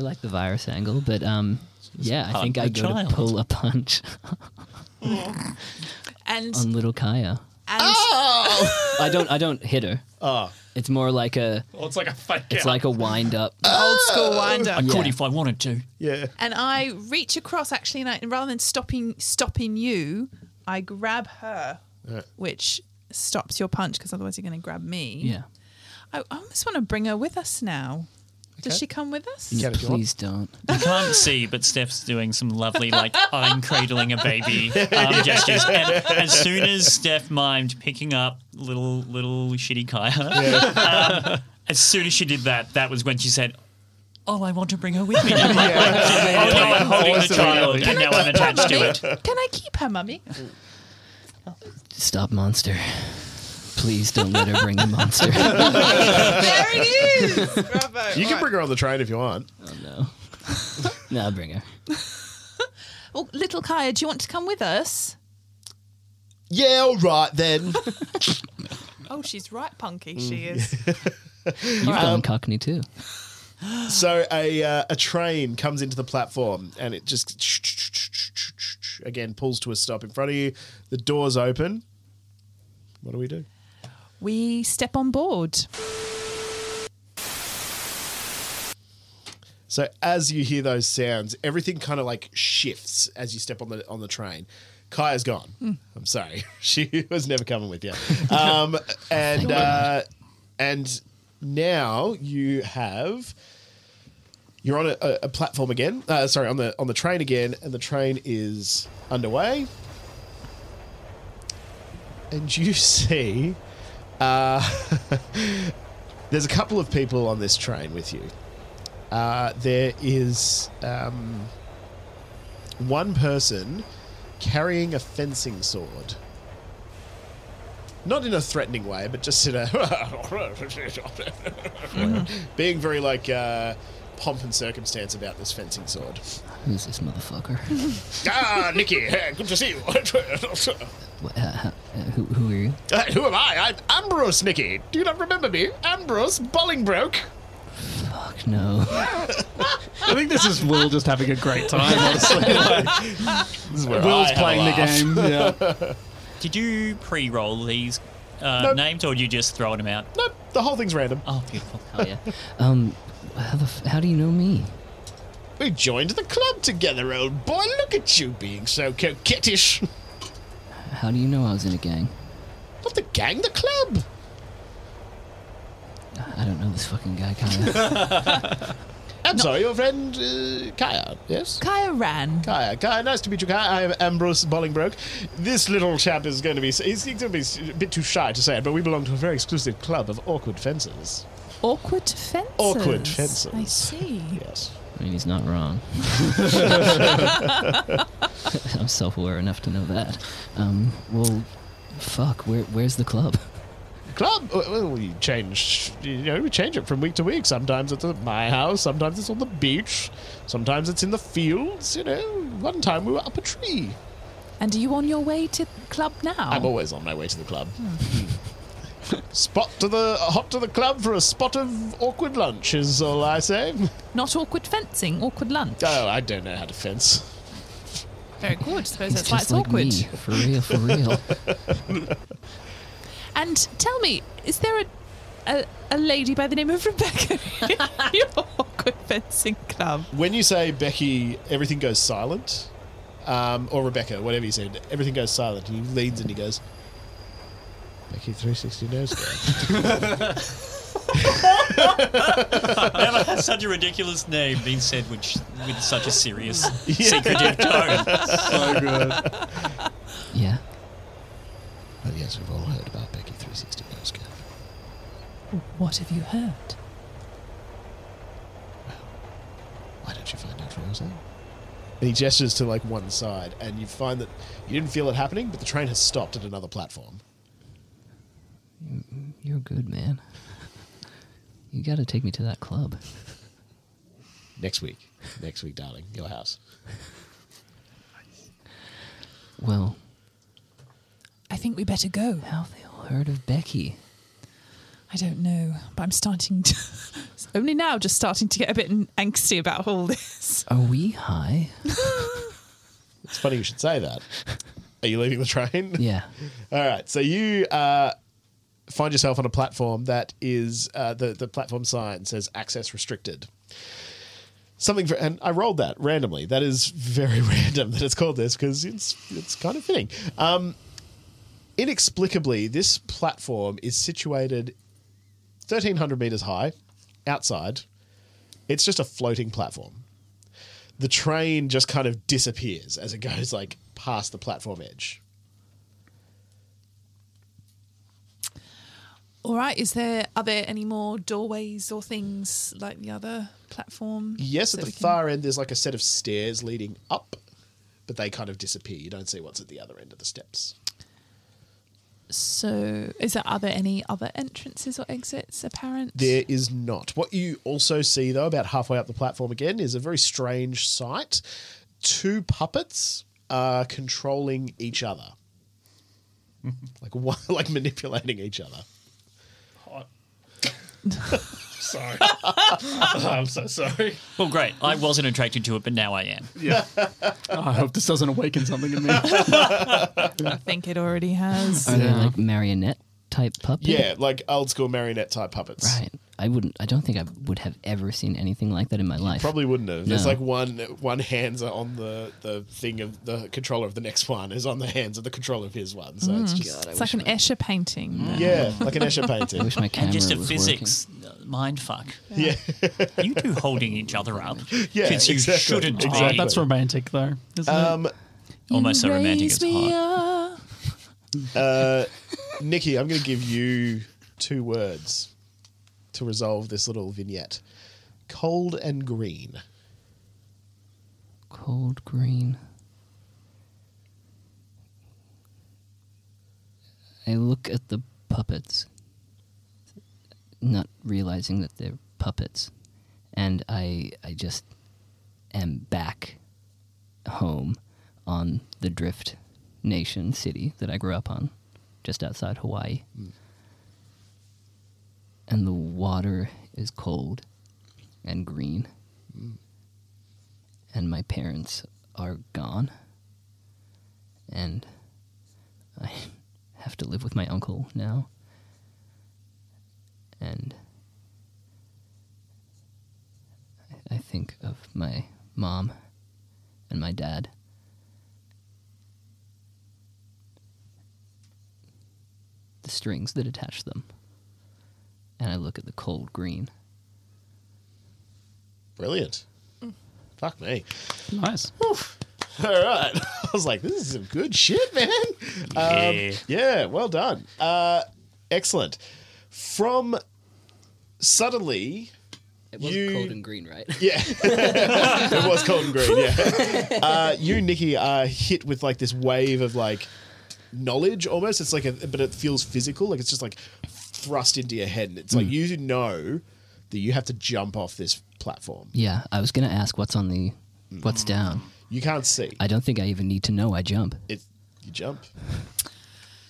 [SPEAKER 5] like the virus angle, but um, yeah, I think
[SPEAKER 4] the
[SPEAKER 5] I go
[SPEAKER 4] child.
[SPEAKER 5] to pull a punch
[SPEAKER 3] and
[SPEAKER 4] Um,
[SPEAKER 5] on little Kaya.
[SPEAKER 3] and
[SPEAKER 5] I don't. I don't hit her. Oh. It's more like a.
[SPEAKER 2] Well, it's like a fake
[SPEAKER 5] It's like a wind up.
[SPEAKER 3] old school
[SPEAKER 4] oh!
[SPEAKER 3] wind up.
[SPEAKER 4] I could if I wanted to.
[SPEAKER 1] Yeah.
[SPEAKER 3] And I reach across actually, and I, rather than stopping stopping you, I grab her, which stops your punch because otherwise you're going to grab me.
[SPEAKER 5] Yeah.
[SPEAKER 3] I, I almost want to bring her with us now. Does she come with us?
[SPEAKER 1] Yeah. if you want.
[SPEAKER 5] Please don't.
[SPEAKER 4] You can't see, but Steph's doing some lovely, like, I'm cradling a baby um, gestures. And as soon as Steph mimed picking up little, little shitty Kaya, <laughs> um, as soon as she did that, that was when she said, Oh, I want to bring her with me. now." oh, no, I'm holding the child, and now I'm attached to it.
[SPEAKER 3] Can I keep her,
[SPEAKER 4] <laughs>
[SPEAKER 3] mummy?
[SPEAKER 5] Stop monster. Please don't let her bring the monster.
[SPEAKER 3] there it is. Bravo.
[SPEAKER 1] You can bring her on the train if you want.
[SPEAKER 5] no. No, I'll bring her.
[SPEAKER 3] Oh, little Kaya, do you want to come with us?
[SPEAKER 1] Yeah, all right then.
[SPEAKER 3] Oh, she's right punky. She
[SPEAKER 1] Mm. <laughs>
[SPEAKER 3] is.
[SPEAKER 5] You've gone Cockney too.
[SPEAKER 1] So a uh, a train comes into the platform and it just again pulls to a stop in front of you. The doors open. What do we do?
[SPEAKER 3] we step on board.
[SPEAKER 1] So as you hear those sounds, everything kind of like shifts as you step on the on the train. Kaya's gone. I'm sorry, <laughs> she was never coming with you. Um, and uh, and now you have you're on a, a, a platform again. Uh, sorry, on the on the train again, and the train is underway. And you <laughs> see, uh, <laughs> there's a couple of people on this train with you. Uh, there is um, one person carrying a fencing sword. Not in a threatening way, but just in a <laughs> being very like uh, pomp and circumstance about this fencing sword.
[SPEAKER 5] Who's this motherfucker?
[SPEAKER 9] Ah,
[SPEAKER 1] <laughs>
[SPEAKER 9] Nikki, hey, good to see you. hey,
[SPEAKER 5] What, uh, uh, who, who are you?
[SPEAKER 9] who am I? I'm
[SPEAKER 1] Ambrose Nicky, do you not remember me? Ambrose Bolingbroke.
[SPEAKER 5] Fuck no.
[SPEAKER 2] I think this is Will just having a great time. Honestly,
[SPEAKER 1] Will's
[SPEAKER 2] Will's playing the game. Yeah.
[SPEAKER 4] Did you pre roll these uh, names, or you just throw them out?
[SPEAKER 1] Nope, the whole thing's random.
[SPEAKER 4] Oh, beautiful.
[SPEAKER 5] Oh yeah. Um, how, the f- how do you know me?
[SPEAKER 1] We joined the club together, old boy. Look at you being so coquettish.
[SPEAKER 5] How do you know I was in a gang?
[SPEAKER 1] Not the gang, the club.
[SPEAKER 5] I don't know this fucking guy, Kaya.
[SPEAKER 1] I'm sorry, your friend uh, Kaya, yes?
[SPEAKER 3] Kaya ran.
[SPEAKER 1] Kaya, Kaya, nice to meet you, Kaya. I am Ambrose Bolingbroke. This little chap is going to be, he's, he's going to be s- a bit too shy to say it, but we belong to a very exclusive club of awkward fencers.
[SPEAKER 3] Awkward fences.
[SPEAKER 1] Awkward fences.
[SPEAKER 3] I see.
[SPEAKER 1] Yes.
[SPEAKER 5] I mean, he's not wrong. I'm self-aware enough to know that. Um, well, fuck. Where, where's the club?
[SPEAKER 1] Club, uh, well, we change, you know, we change it from week to week. Sometimes it's at my house, sometimes it's on the beach, sometimes it's in the fields, you know. One time we were up a tree.
[SPEAKER 3] And are you on your way to club now?
[SPEAKER 1] I'm always on my way to the club. <laughs> spot to the hop to the club for a spot of awkward lunch is all I say.
[SPEAKER 3] Not awkward fencing, awkward lunch.
[SPEAKER 1] Oh, I don't know how to fence.
[SPEAKER 3] Very good. Suppose
[SPEAKER 5] He's
[SPEAKER 3] that's why it's
[SPEAKER 5] just like
[SPEAKER 3] awkward.
[SPEAKER 5] me, for real, for real.
[SPEAKER 3] And tell me, is there a a, a lady by the name of Rebecca in <laughs> your awkward fencing club?
[SPEAKER 1] When you say Becky, everything goes silent, um, or Rebecca, whatever you said, everything goes silent. And he leans and he goes, Becky 360 nose guard."
[SPEAKER 4] Never such a ridiculous name being said with, with such a serious, secretive tone. So good.
[SPEAKER 5] Yeah.
[SPEAKER 1] oh, yes, we've all heard about Becky 360 nose guard.
[SPEAKER 3] What have you heard?
[SPEAKER 1] Why don't you find out for yourself? And he gestures to like one side, and you find that you didn't feel it happening, but the train has stopped at another platform.
[SPEAKER 5] You're good, man. You got to take me to that club.
[SPEAKER 1] Next week. Next week, darling. Your house.
[SPEAKER 5] Well,
[SPEAKER 3] I think we better go.
[SPEAKER 5] how have they all heard of Becky?
[SPEAKER 3] I don't know, but I'm starting to. <laughs> only now just starting to get a bit angsty about all this.
[SPEAKER 5] Are we high?
[SPEAKER 1] It's funny you should say that. Are you leaving the train?
[SPEAKER 5] Yeah.
[SPEAKER 1] All right. So you uh, find yourself on a platform that is uh, the the platform sign says access restricted. Something for, and I rolled that randomly. That is very <laughs> random that it's called this because it's it's kind of fitting. Um, inexplicably, this platform is situated thirteen hundred meters high outside. It's just a floating platform. The train just kind of disappears as it goes like past the platform edge.
[SPEAKER 3] All right, is there are there any more doorways or things like the other platform?
[SPEAKER 1] Yes,
[SPEAKER 3] that
[SPEAKER 1] at the
[SPEAKER 3] we can-
[SPEAKER 1] far end, there's like a set of stairs leading up, but they kind of disappear. You don't see what's at the other end of the steps.
[SPEAKER 3] So, is there are there any other entrances or exits apparent?
[SPEAKER 1] There is not. What you also see, though, about halfway up the platform again, is a very strange sight. Two puppets are controlling each other, <laughs> like one, <laughs> like manipulating each other.
[SPEAKER 10] <laughs> Sorry. <laughs> I'm so sorry.
[SPEAKER 4] Well, great. I wasn't attracted to it, but now I am.
[SPEAKER 2] "Oh, I hope this doesn't awaken something <laughs> in me.
[SPEAKER 3] I think it
[SPEAKER 1] <laughs>
[SPEAKER 3] already has.
[SPEAKER 5] Are they like marionette type puppets?
[SPEAKER 1] Yeah, like old school marionette type puppets.
[SPEAKER 5] Right. I wouldn't. I don't think I would have ever seen anything like that in my life.
[SPEAKER 1] Probably wouldn't have. There's
[SPEAKER 5] No.
[SPEAKER 1] like one one hands are on the the thing of the controller of the next one is on the hands of the controller of his one. So it's just
[SPEAKER 3] It's like an Escher painting.
[SPEAKER 1] Yeah, like an Escher
[SPEAKER 5] <laughs> I
[SPEAKER 1] painting.
[SPEAKER 5] wish my
[SPEAKER 4] <laughs>
[SPEAKER 5] camera
[SPEAKER 4] And just a
[SPEAKER 5] was
[SPEAKER 4] physics uh, mind fuck.
[SPEAKER 1] yeah,
[SPEAKER 4] Are you two holding each other up?
[SPEAKER 1] <laughs> Yeah,
[SPEAKER 4] Since you
[SPEAKER 1] exactly.
[SPEAKER 4] shouldn't be.
[SPEAKER 1] Exactly.
[SPEAKER 2] That's romantic, though. Isn't
[SPEAKER 1] Um,
[SPEAKER 3] You
[SPEAKER 4] Almost so romantic
[SPEAKER 3] raise
[SPEAKER 4] it's
[SPEAKER 3] me
[SPEAKER 4] hot.
[SPEAKER 3] up.
[SPEAKER 1] Nikki, I'm going to give you two words to resolve this little vignette: cold and green.
[SPEAKER 5] working. Cold green. I look at the puppets, not realizing that they're puppets, and I I just am back home on the drift nation city that I grew up on, just outside Hawaii. And the water is cold and green. And my parents are gone. And I <laughs> have to live with my uncle now. And I- I think of my mom and my dad. The strings that attach them. And I look at the cold green.
[SPEAKER 1] Brilliant.
[SPEAKER 5] Mm.
[SPEAKER 1] Fuck me.
[SPEAKER 2] Nice.
[SPEAKER 1] All right. <laughs> I was like, this is some good shit, man. Um,
[SPEAKER 6] Yeah.
[SPEAKER 1] yeah, well done. Uh, excellent. From suddenly,
[SPEAKER 5] It
[SPEAKER 1] was You- cold
[SPEAKER 5] and green, right? <laughs>
[SPEAKER 1] yeah, it was cold and green. Yeah, uh, you, Nikki, are hit with like this wave of like knowledge almost. It's like, a, but it feels physical. Like it's just like thrust into your head, and it's like you know that you have to jump off this platform.
[SPEAKER 5] yeah, I was gonna ask what's on the what's
[SPEAKER 2] Mm.
[SPEAKER 5] down.
[SPEAKER 1] You can't see.
[SPEAKER 5] I don't think I even need to know I jump.
[SPEAKER 1] It, you jump.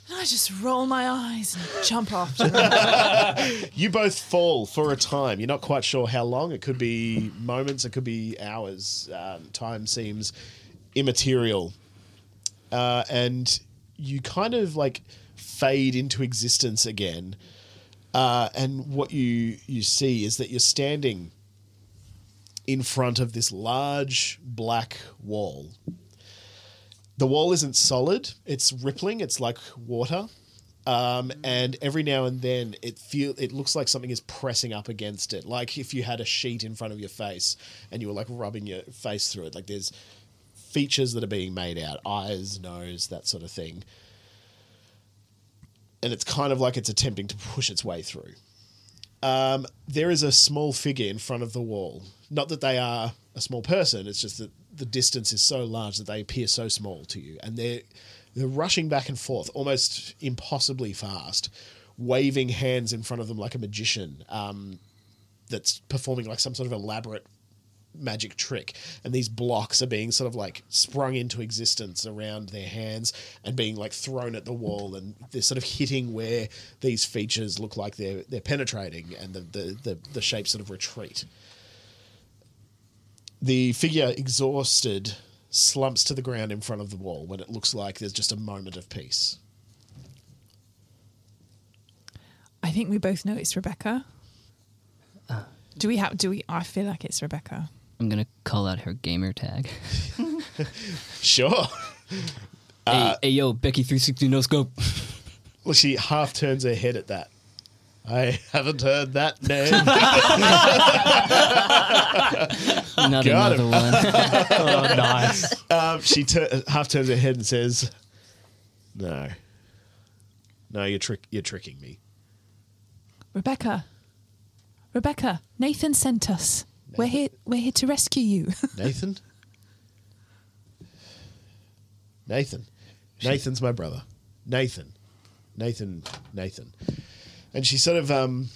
[SPEAKER 3] And I just roll my eyes and jump after them.
[SPEAKER 1] You both fall for a time. You're not quite sure how long. It could be moments. It could be hours. Um, time seems immaterial, uh, and you kind of like fade into existence again. Uh, and what you you see is that you're standing in front of this large black wall. The wall isn't solid. It's rippling. It's like water um, and every now and then it feel it looks like something is pressing up against it, like if you had a sheet in front of your face and you were like rubbing your face through it. Like there's features that are being made out, eyes, nose, that sort of thing, and it's kind of like it's attempting to push its way through. Um, there is a small figure in front of the wall. Not that they are a small person, it's just that the distance is so large that they appear so small to you. And they're, they're rushing back and forth almost impossibly fast, waving hands in front of them like a magician um, that's performing like some sort of elaborate magic trick. And these blocks are being sort of like sprung into existence around their hands and being like thrown at the wall. And they're sort of hitting where these features look like they're, they're penetrating and the, the, the, the shapes sort of retreat. The figure, exhausted, slumps to the ground in front of the wall when it looks like there's just a moment of peace.
[SPEAKER 3] I think we both know it's Rebecca.
[SPEAKER 1] Ah.
[SPEAKER 3] Do we have? Do we? I feel like it's Rebecca.
[SPEAKER 5] I'm gonna call out her gamer tag.
[SPEAKER 1] Sure. <laughs>
[SPEAKER 2] Uh,
[SPEAKER 5] hey, hey, yo, Becky 360
[SPEAKER 2] <laughs>
[SPEAKER 5] no scope. <laughs>
[SPEAKER 1] Well, she half turns her head at that. I haven't heard that name.
[SPEAKER 5] Not
[SPEAKER 1] Got
[SPEAKER 5] another one.
[SPEAKER 2] <laughs> Oh, nice.
[SPEAKER 1] Um, she tur half turns her head and says, "No, no, you're trick, you're tricking me."
[SPEAKER 3] Rebecca. Rebecca. Nathan sent us. We're here. We're here to rescue you. <laughs>
[SPEAKER 1] Nathan, Nathan, Nathan's my brother. Nathan, Nathan, Nathan, and she sort of um,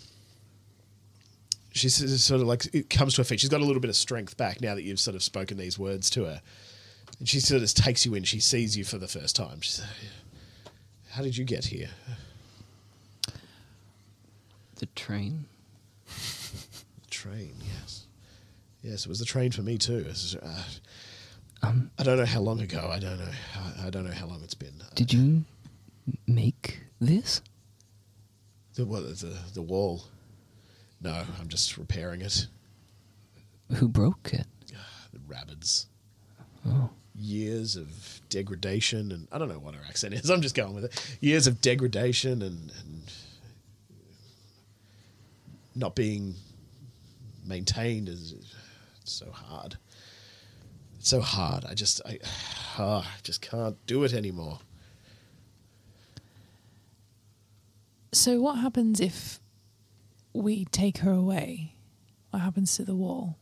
[SPEAKER 1] she s- s- sort of like it comes to her feet. She's got a little bit of strength back now that you've sort of spoken these words to her, and she sort of takes you in. She sees you for the first time. She says, "How did you get here?"
[SPEAKER 5] the train.
[SPEAKER 1] Train, yes. Yes, it was the train for me too. It's, uh, I don't know how long ago. I don't know. I, I don't know how long it's been. Uh,
[SPEAKER 5] Did you make this?
[SPEAKER 1] The, what, the, the wall. No, I'm just repairing it.
[SPEAKER 5] Who broke it?
[SPEAKER 1] The rabbits. Years of degradation, and I don't know what her accent is. <laughs> I'm just going with it. Years of degradation and, and not being maintained is it's so hard. It's so hard. I just, I, <sighs> ah, I just can't do it anymore.
[SPEAKER 3] So what happens if we take her away? What happens to the wall?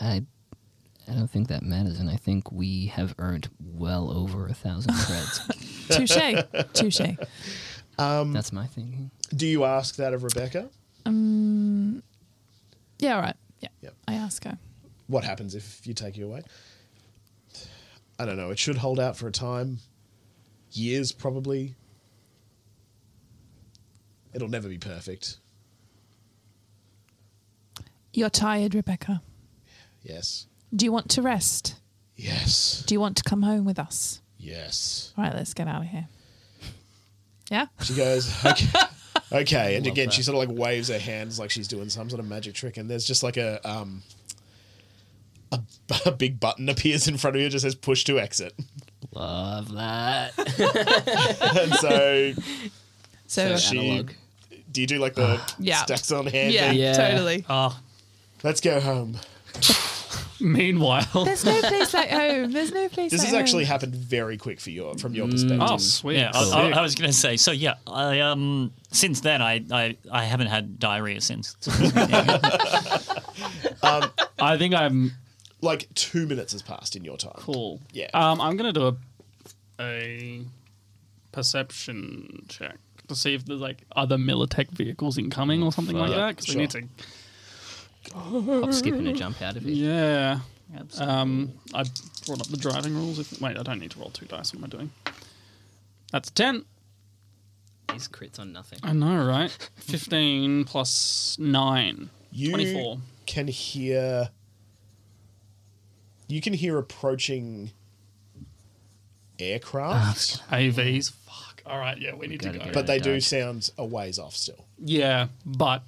[SPEAKER 5] I, I don't think that matters, and I think we have earned well over a
[SPEAKER 2] <laughs>
[SPEAKER 5] thousand creds.
[SPEAKER 1] <laughs>
[SPEAKER 3] Touche. Touche.
[SPEAKER 2] Um,
[SPEAKER 5] That's my thinking.
[SPEAKER 1] Do you ask that of Rebecca?
[SPEAKER 3] Yeah. All right. Yeah.
[SPEAKER 1] Yep.
[SPEAKER 3] I ask her.
[SPEAKER 1] What happens if you take you away? I don't know. It should hold out for a time. Years, probably. It'll never be perfect.
[SPEAKER 3] You're tired, Rebecca.
[SPEAKER 1] Yes.
[SPEAKER 3] Do you want to rest?
[SPEAKER 1] Yes.
[SPEAKER 3] Do you want to come home with us?
[SPEAKER 1] Yes.
[SPEAKER 3] All right, let's get out of here. Yeah?
[SPEAKER 1] She goes, okay. okay. And again,
[SPEAKER 5] that.
[SPEAKER 1] she sort of like waves her hands like she's doing some sort of magic trick. And there's just like a, um, a, a big button appears in front of you. It just says push to exit. <laughs>
[SPEAKER 5] Love that.
[SPEAKER 1] And so,
[SPEAKER 3] So, uh,
[SPEAKER 1] she-
[SPEAKER 5] Analog.
[SPEAKER 1] do you do like the
[SPEAKER 3] Yeah.
[SPEAKER 1] stacks on hand?
[SPEAKER 3] yeah,
[SPEAKER 1] thing?
[SPEAKER 5] Yeah.
[SPEAKER 3] totally.
[SPEAKER 1] <laughs>
[SPEAKER 4] Oh,
[SPEAKER 1] Let's go home.
[SPEAKER 2] Meanwhile,
[SPEAKER 3] There's no place like home. There's no place
[SPEAKER 1] This
[SPEAKER 3] like
[SPEAKER 1] has actually
[SPEAKER 3] home.
[SPEAKER 1] happened very quick for your from your perspective.
[SPEAKER 2] oh
[SPEAKER 4] Mm.
[SPEAKER 2] sweet,
[SPEAKER 4] <laughs> yeah. I, I, I was going to say. So yeah, I um since then I I, I haven't had diarrhea since. <laughs>
[SPEAKER 2] I think I'm
[SPEAKER 1] Like two minutes has passed in your time.
[SPEAKER 2] cool.
[SPEAKER 1] Yeah.
[SPEAKER 2] Um, I'm gonna do a a perception check to see if there's like other Militech vehicles incoming or something like that because
[SPEAKER 1] sure.
[SPEAKER 2] we need to.
[SPEAKER 5] Hop, skip, and a jump out of it.
[SPEAKER 2] Yeah. Um, I brought up the driving rules. If wait, I don't need to roll two dice. What am I doing? That's a ten.
[SPEAKER 5] These crits on nothing.
[SPEAKER 2] I know, right? Fifteen plus nine.
[SPEAKER 1] You
[SPEAKER 2] 24.
[SPEAKER 1] can hear. You can hear approaching
[SPEAKER 4] Ah,
[SPEAKER 1] aircraft,
[SPEAKER 2] AVs. Fuck. All right. Yeah, we need to
[SPEAKER 5] Gotta
[SPEAKER 2] go.
[SPEAKER 5] go.
[SPEAKER 1] but they do
[SPEAKER 5] Dog.
[SPEAKER 1] sound a ways off still.
[SPEAKER 2] Yeah, but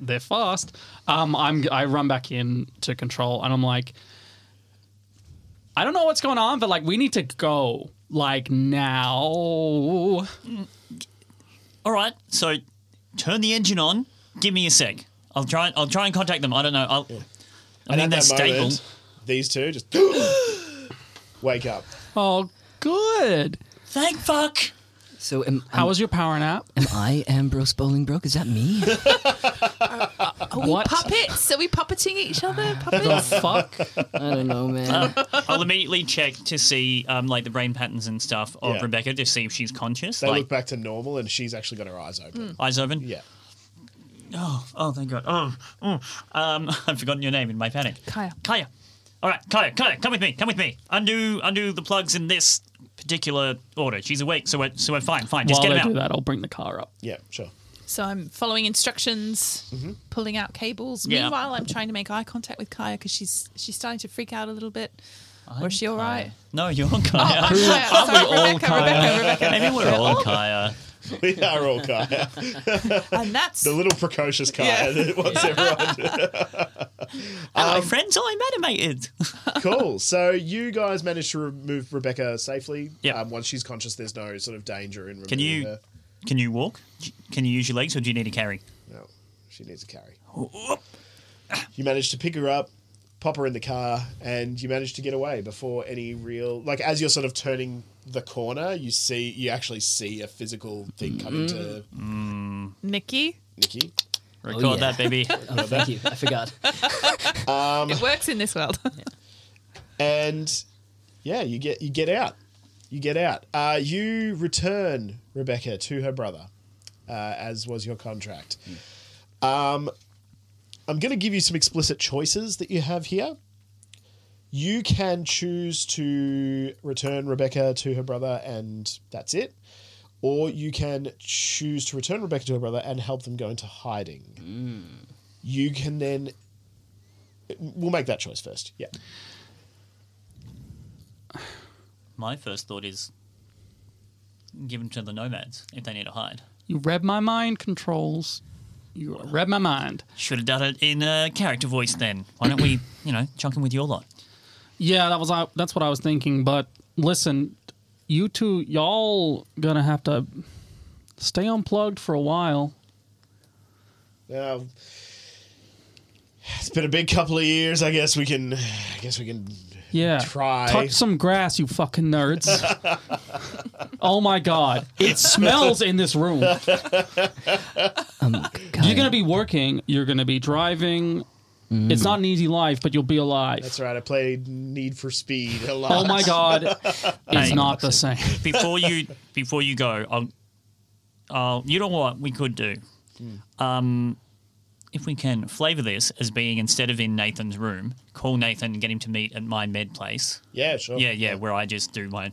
[SPEAKER 2] they're fast. Um, I'm I run back in to control, and I'm like, I don't know what's going on, but like we need to go like now.
[SPEAKER 4] All right, so turn the engine on. Give me a sec. I'll try. I'll try and contact them. I don't know. I'll, I
[SPEAKER 1] And
[SPEAKER 4] mean,
[SPEAKER 1] at
[SPEAKER 4] they're
[SPEAKER 1] that
[SPEAKER 4] stable.
[SPEAKER 1] moment, these two just <gasps> wake up.
[SPEAKER 2] Oh, good.
[SPEAKER 4] Thank fuck.
[SPEAKER 5] So am,
[SPEAKER 2] How
[SPEAKER 5] am,
[SPEAKER 2] was your power nap?
[SPEAKER 5] am I Ambrose Bowling Broke? Is
[SPEAKER 2] <laughs>
[SPEAKER 5] that me?
[SPEAKER 3] Are we
[SPEAKER 2] What?
[SPEAKER 3] puppets? Are we puppeting
[SPEAKER 1] <laughs>
[SPEAKER 3] each other?
[SPEAKER 2] The
[SPEAKER 3] Puppets?
[SPEAKER 2] fuck?
[SPEAKER 5] I don't know, man.
[SPEAKER 4] I'll immediately check to see um, like the brain patterns and stuff of
[SPEAKER 1] Yeah.
[SPEAKER 4] Rebecca to see if she's conscious.
[SPEAKER 1] They
[SPEAKER 4] like
[SPEAKER 1] look back to normal, and she's actually got her eyes open.
[SPEAKER 4] eyes open.
[SPEAKER 1] Yeah.
[SPEAKER 4] Oh, oh, thank God. Oh, oh. Um, <laughs> I've forgotten your name in my panic.
[SPEAKER 3] Kaya.
[SPEAKER 4] Kaya. All right, Kaya. Kaya, come with me. Come with me. Undo, undo the plugs in this particular order. She's awake, so we're, so we're fine. Fine. Just
[SPEAKER 2] While
[SPEAKER 4] get
[SPEAKER 2] they
[SPEAKER 4] him out.
[SPEAKER 2] do that, I'll bring the car up.
[SPEAKER 1] Yeah. Sure. <laughs>
[SPEAKER 3] So I'm following instructions, pulling out cables.
[SPEAKER 4] Yeah.
[SPEAKER 3] Meanwhile, I'm trying to make eye contact with Kaya because she's she's starting to freak out a little bit. or is she all right?
[SPEAKER 4] No, you're <laughs> Kaya.
[SPEAKER 3] <laughs> I'm Kaya. Sorry, Rebecca, Rebecca, Rebecca.
[SPEAKER 4] Maybe we're all Kaya.
[SPEAKER 1] We are
[SPEAKER 4] <laughs>
[SPEAKER 1] all Kaya.
[SPEAKER 3] And that's
[SPEAKER 1] The little precocious Kaya
[SPEAKER 3] Yeah.
[SPEAKER 1] that wants everyone to-
[SPEAKER 4] Hello, friends. I'm animated. <laughs>
[SPEAKER 1] Cool. So you guys managed to remove Rebecca safely.
[SPEAKER 4] Yep.
[SPEAKER 1] Um, once she's conscious, there's no sort of danger in removing
[SPEAKER 4] Can you
[SPEAKER 1] her.
[SPEAKER 4] can you walk? Can you use your legs, or do you need a carry?
[SPEAKER 1] No, she needs a carry. You managed to pick her up, pop her in the car, and you managed to get away before any real like as you're sort of turning the corner, you see you actually see a physical thing coming to
[SPEAKER 4] Mm.
[SPEAKER 3] Nikki.
[SPEAKER 1] Nikki.
[SPEAKER 4] Record
[SPEAKER 5] yeah.
[SPEAKER 4] that, baby.
[SPEAKER 5] Oh, thank you.
[SPEAKER 2] <laughs>
[SPEAKER 5] I forgot.
[SPEAKER 3] It works in this world. <laughs>
[SPEAKER 1] And yeah, you get you get out. You get out. Uh, you return Rebecca to her brother, uh, as was your contract. Um, I'm going to give you some explicit choices that you have here. You can choose to return Rebecca to her brother, and that's it. Or you can choose to return Rebecca to her brother and help them go into hiding. You can then. We'll make that choice first. Yeah.
[SPEAKER 4] My first thought is give them to the nomads if they need to hide.
[SPEAKER 2] You read my mind, controls. You read my mind.
[SPEAKER 4] Should have done it in uh, character voice then. Why
[SPEAKER 2] <coughs>
[SPEAKER 4] don't we, you know, chunk in with your lot?
[SPEAKER 2] Yeah, that was I. That's what I was thinking. But listen, you two, y'all gonna have to stay unplugged for a while.
[SPEAKER 1] Um, it's been a big couple of years. I guess we can. I guess we can.
[SPEAKER 2] Yeah,
[SPEAKER 1] Try.
[SPEAKER 2] touch some grass, you
[SPEAKER 1] <laughs>
[SPEAKER 2] fucking nerds. oh my god, it smells in this room.
[SPEAKER 5] Um,
[SPEAKER 2] You're gonna be working. You're gonna be driving. It's not an easy life, but you'll be alive.
[SPEAKER 1] That's right. I played Need for Speed a lot.
[SPEAKER 2] Oh my god, it's
[SPEAKER 4] Hey.
[SPEAKER 2] not the same. <laughs>
[SPEAKER 4] Before you, before you go, I'll, I'll, you know what we could do?
[SPEAKER 2] Hmm.
[SPEAKER 4] Um, if we can flavor this as being instead of in Nathan's room, call Nathan and get him to meet at my med place.
[SPEAKER 1] <laughs> Yeah, sure.
[SPEAKER 4] Yeah, yeah, where I just do my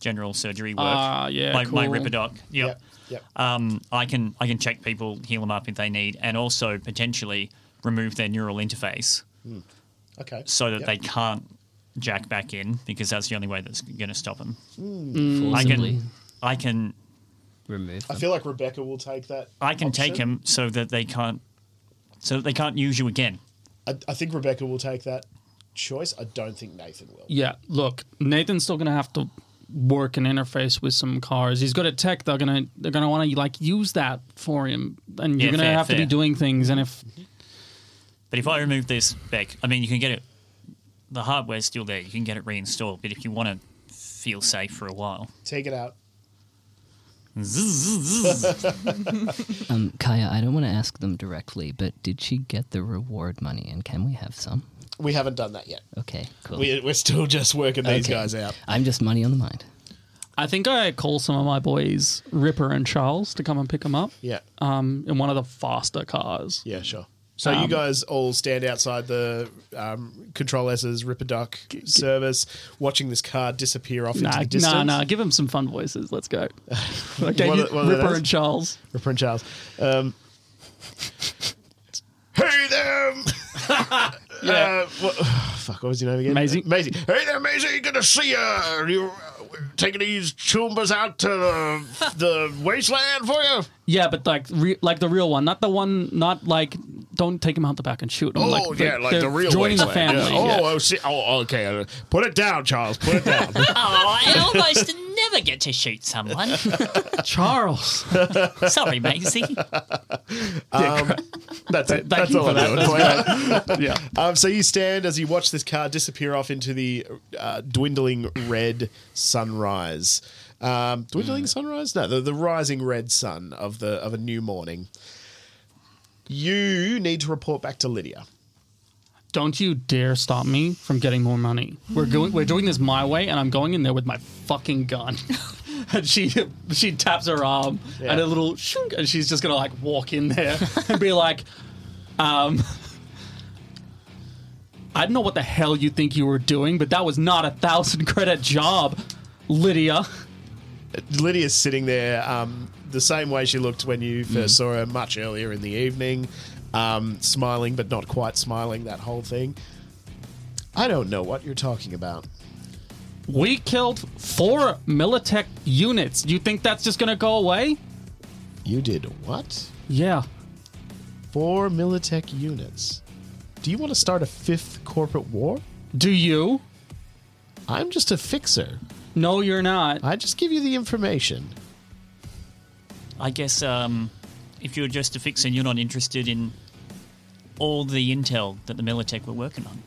[SPEAKER 4] general surgery work.
[SPEAKER 2] Ah, yeah,
[SPEAKER 4] my, my
[SPEAKER 2] cool.
[SPEAKER 4] Ripidoc.
[SPEAKER 1] Yep.
[SPEAKER 4] Yep.
[SPEAKER 1] Yep.
[SPEAKER 4] Um, I can I can check people, heal them up if they need, and also potentially remove their neural interface
[SPEAKER 1] okay.
[SPEAKER 4] so that
[SPEAKER 1] Yep.
[SPEAKER 4] they can't jack back in because that's the only way that's going to stop them. I
[SPEAKER 5] forcibly
[SPEAKER 4] can I can
[SPEAKER 5] remove
[SPEAKER 1] I
[SPEAKER 5] them.
[SPEAKER 1] feel like Rebecca will take that.
[SPEAKER 4] I can take
[SPEAKER 1] option.
[SPEAKER 4] them so that they can't so that they can't use you again.
[SPEAKER 1] I, I think Rebecca will take that choice. I don't think Nathan will.
[SPEAKER 2] Yeah, look, Nathan's still gonna have to work and interface with some cars. He's good at tech. They're gonna they're gonna want to like use that for him, and you're
[SPEAKER 4] Yeah,
[SPEAKER 2] gonna
[SPEAKER 4] fair,
[SPEAKER 2] have to be
[SPEAKER 4] fair.
[SPEAKER 2] doing things. And if
[SPEAKER 4] But if I remove this back, I mean, you can get it. The hardware's still there. You can get it reinstalled. But if you want to feel safe for a while,
[SPEAKER 1] Take it out.
[SPEAKER 5] Um, Kaya, I don't want to ask them directly, but did she get the reward money, and can we have some?
[SPEAKER 1] We haven't done that yet.
[SPEAKER 5] Okay, cool.
[SPEAKER 1] We, we're still just working these
[SPEAKER 5] Okay.
[SPEAKER 1] guys out.
[SPEAKER 5] I'm just money on the mind.
[SPEAKER 2] I think I call some of my boys Ripper and Charles to come and pick him up.
[SPEAKER 1] Yeah.
[SPEAKER 2] Um, in one of the faster cars.
[SPEAKER 1] Yeah, sure. So you
[SPEAKER 2] Um,
[SPEAKER 1] guys all stand outside the um, Control S's Ripper Duck service, watching this car disappear off into
[SPEAKER 2] Nah,
[SPEAKER 1] the distance.
[SPEAKER 2] nah, nah. Give him some fun voices.
[SPEAKER 1] <laughs>
[SPEAKER 2] Let's go. Okay,
[SPEAKER 1] One
[SPEAKER 2] you-
[SPEAKER 1] of- one of
[SPEAKER 2] Ripper
[SPEAKER 1] those?
[SPEAKER 2] and Charles.
[SPEAKER 1] Ripper and Charles. Um, hey there! um,
[SPEAKER 2] Yeah.
[SPEAKER 1] uh, what, <sighs> fuck, what was your name again? Uh,
[SPEAKER 2] Maisie.
[SPEAKER 1] Maisie. Hey there, Maisie. Good to see you. You uh, taking these chumbas out to the, the wasteland for you?
[SPEAKER 2] Yeah, but like, re- like the real one, not the one, not like, don't take him out the back and shoot him.
[SPEAKER 1] Oh, yeah, like the, real
[SPEAKER 2] joining the
[SPEAKER 1] wasteland.
[SPEAKER 2] family.
[SPEAKER 1] Yeah.
[SPEAKER 2] yeah.
[SPEAKER 1] Oh, oh, see, oh, okay. Put it down, Charles. Put it down.
[SPEAKER 4] <laughs> oh, I almost never get to shoot someone. <laughs>
[SPEAKER 2] Charles.
[SPEAKER 4] Sorry, Maisie.
[SPEAKER 1] That's it.
[SPEAKER 2] Thank
[SPEAKER 1] That's
[SPEAKER 2] you
[SPEAKER 1] all
[SPEAKER 2] for
[SPEAKER 1] I
[SPEAKER 2] that.
[SPEAKER 1] know. <laughs>
[SPEAKER 2] yeah.
[SPEAKER 1] Um, so you stand as you watch this car disappear off into the uh, dwindling red sunrise. Um, dwindling sunrise? No, the, the rising red sun of the of a new morning. You need to report back to Lydia.
[SPEAKER 2] <laughs> Don't you dare stop me from getting more money. We're going. We're doing this my way, and I'm going in there with my fucking gun. <laughs> and she she taps her arm
[SPEAKER 1] Yeah.
[SPEAKER 2] and a little, shunk, and she's just gonna like walk in there and be like, um. I don't know what the hell you think you were doing, but that was not a thousand credit job, Lydia.
[SPEAKER 1] Lydia's sitting there um, the same way she looked when you first saw her much earlier in the evening, um, smiling but not quite smiling. That whole thing. I don't know what you're talking about.
[SPEAKER 2] We killed four Militech units. You think that's just gonna go away?
[SPEAKER 1] You did what?
[SPEAKER 2] Yeah.
[SPEAKER 1] four Militech units. Do you want to start a fifth corporate war?
[SPEAKER 2] Do you?
[SPEAKER 1] I'm just a fixer.
[SPEAKER 2] No, you're not.
[SPEAKER 1] I just give you the information.
[SPEAKER 4] I guess um, if you're just a fixer and you're not interested in all the intel that the Militech were working on,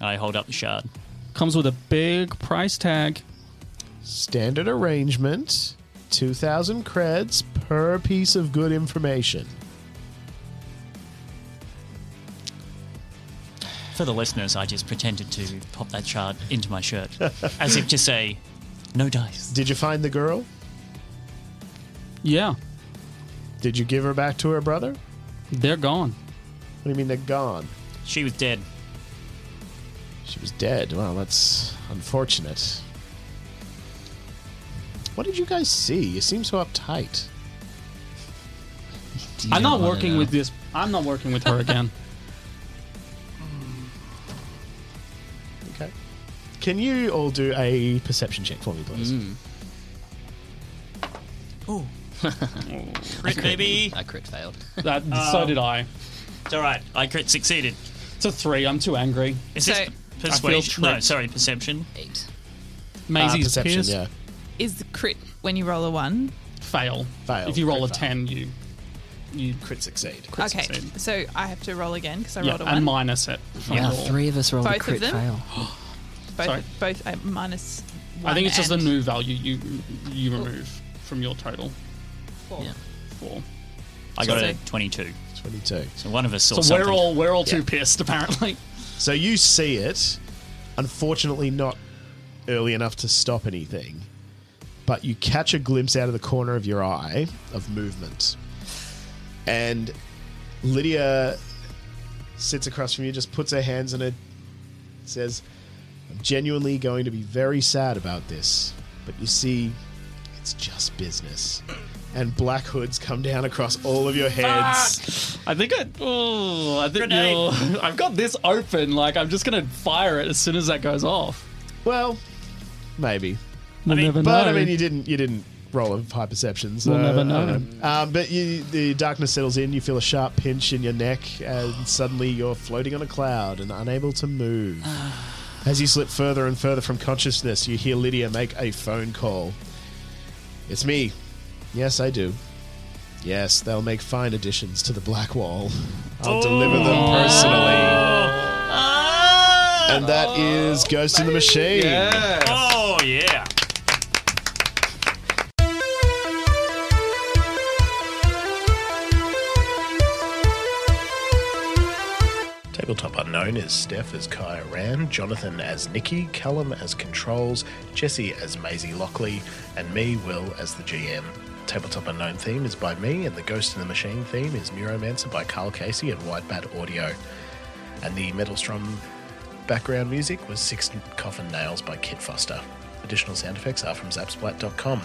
[SPEAKER 4] I hold up the shard.
[SPEAKER 2] Comes with a big price tag.
[SPEAKER 1] Standard arrangement 2,000 creds per piece of good information.
[SPEAKER 4] For the listeners, I just pretended to pop that shard into my shirt as if to say, no dice.
[SPEAKER 1] Did you find the girl?
[SPEAKER 2] Yeah,
[SPEAKER 1] Did you give her back to her brother? What
[SPEAKER 2] they're gone.
[SPEAKER 1] do you mean they're gone?
[SPEAKER 4] She was dead.
[SPEAKER 1] She was dead. Well, that's unfortunate. What did you guys see? You seem so uptight.
[SPEAKER 5] Do
[SPEAKER 2] I'm
[SPEAKER 5] you
[SPEAKER 2] not
[SPEAKER 5] wanna
[SPEAKER 2] working
[SPEAKER 5] know?
[SPEAKER 2] with this. I'm not working with her <laughs> again.
[SPEAKER 1] Okay. Can you all do a perception check for me, please?
[SPEAKER 4] Oh. crit, baby.
[SPEAKER 5] I
[SPEAKER 2] <laughs>
[SPEAKER 5] crit failed.
[SPEAKER 2] That, so did I.
[SPEAKER 4] It's all right. I crit succeeded.
[SPEAKER 2] It's a three. I'm too angry.
[SPEAKER 4] Is
[SPEAKER 3] So-
[SPEAKER 4] this persuasion? No,
[SPEAKER 2] tricked.
[SPEAKER 4] sorry, perception.
[SPEAKER 5] Eight.
[SPEAKER 1] Uh,
[SPEAKER 2] Maisie's
[SPEAKER 1] perception,
[SPEAKER 2] pierced.
[SPEAKER 1] yeah.
[SPEAKER 3] Is the crit when you roll a one?
[SPEAKER 2] Fail.
[SPEAKER 1] Fail.
[SPEAKER 2] If you roll a
[SPEAKER 1] Fail.
[SPEAKER 2] ten, you you
[SPEAKER 1] Crit succeed.
[SPEAKER 3] okay,
[SPEAKER 2] succeed.
[SPEAKER 3] so I have to roll again because I
[SPEAKER 2] yeah,
[SPEAKER 3] rolled a one.
[SPEAKER 2] and minus it. from
[SPEAKER 5] Wow,
[SPEAKER 2] roll.
[SPEAKER 5] three of us rolled
[SPEAKER 3] Both
[SPEAKER 5] a
[SPEAKER 3] of
[SPEAKER 5] crit
[SPEAKER 3] them?
[SPEAKER 5] fail.
[SPEAKER 3] both
[SPEAKER 2] sorry.
[SPEAKER 3] both uh, minus.
[SPEAKER 2] I think it's just a
[SPEAKER 3] and
[SPEAKER 2] new value you you remove from your total.
[SPEAKER 3] four.
[SPEAKER 5] Yeah.
[SPEAKER 2] Four.
[SPEAKER 4] I got
[SPEAKER 3] So-
[SPEAKER 4] a 22.
[SPEAKER 1] 22.
[SPEAKER 4] So one of us saw
[SPEAKER 2] So
[SPEAKER 4] something.
[SPEAKER 2] we're all we're all
[SPEAKER 1] Yeah.
[SPEAKER 2] too pissed apparently.
[SPEAKER 1] So you see it, unfortunately not early enough to stop anything, but you catch a glimpse out of the corner of your eye of movement. And Lydia sits across from you, just puts her hands on it, says, I'm genuinely going to be very sad about this, but you see, it's just business. And black hoods come down across all of your heads.
[SPEAKER 2] I think I. Oh, I think
[SPEAKER 4] Grenade.
[SPEAKER 2] you'll- <laughs> I've got this open. Like I'm just gonna fire it as soon as that goes off.
[SPEAKER 1] Well, maybe.
[SPEAKER 2] We'll
[SPEAKER 4] mean-
[SPEAKER 2] never
[SPEAKER 1] But
[SPEAKER 2] know.
[SPEAKER 1] I mean, you didn't you didn't
[SPEAKER 3] roll of high perception. So,
[SPEAKER 2] We'll never
[SPEAKER 3] I
[SPEAKER 2] know.
[SPEAKER 3] don't know. Um, but you, the darkness settles in. You feel a sharp pinch in your neck, and suddenly you're floating on a cloud and unable
[SPEAKER 2] <sighs>
[SPEAKER 3] to move. As you slip further and further from consciousness, you hear Lydia make a phone call. It's me. Yes, I do. Yes, they'll make fine additions to the Black Wall. I'll deliver them personally.
[SPEAKER 4] Oh, Ah!
[SPEAKER 3] And that is Ghost in the Machine.
[SPEAKER 4] Oh yeah.
[SPEAKER 1] Tabletop Unknown is Steph as Kaya Ram, Jonathan as Nikki, Callum as Controls, Jesse as Maisie Lockley, and me, Will, as the GM. Tabletop Unknown theme is by me, and the Ghost in the Machine theme is Neuromancer by Carl Casey and White Bat Audio. And the Metalstrom background music was Six Coffin Nails by Kit Foster. Additional sound effects are from zapsplat.com.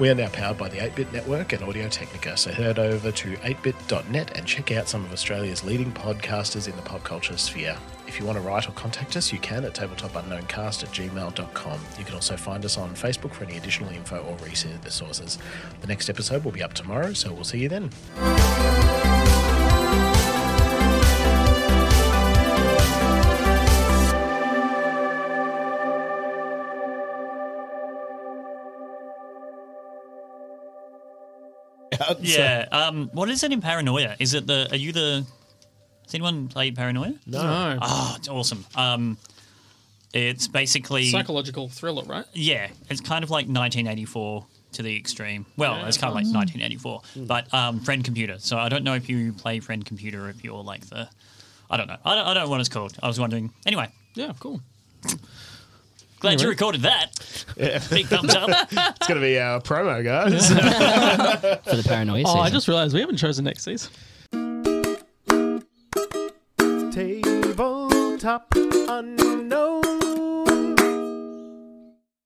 [SPEAKER 1] We are now powered by the 8-Bit Network and Audio Technica, so head over to 8bit.net and check out some of Australia's leading podcasters in the pop culture sphere. If you want to write or contact us, you can at tabletopunknowncast at gmail.com. You can also find us on Facebook for any additional info or resources. The next episode will be up tomorrow, so we'll see you then.
[SPEAKER 4] Yeah. Um, what is it in Paranoia? Is it the? Are you the? Has anyone played Paranoia?
[SPEAKER 2] No.
[SPEAKER 4] Oh, it's awesome. Um, it's basically
[SPEAKER 2] Psychological thriller, right?
[SPEAKER 4] yeah. It's kind of like 1984 to the extreme. Well,
[SPEAKER 2] Yeah.
[SPEAKER 4] it's kind of like 1984, but um, Friend Computer. So I don't know if you play Friend Computer or if you're like the. I don't know. I don't, I don't know what it's called. I was wondering. Anyway,
[SPEAKER 2] Yeah, cool.
[SPEAKER 4] glad you
[SPEAKER 2] Anyway.
[SPEAKER 4] recorded that. Big thumbs up.
[SPEAKER 3] It's going to be our promo, guys.
[SPEAKER 5] for the paranoia
[SPEAKER 2] Oh, I
[SPEAKER 5] season.
[SPEAKER 2] just realised we haven't chosen next season.
[SPEAKER 11] Tabletop Unknown.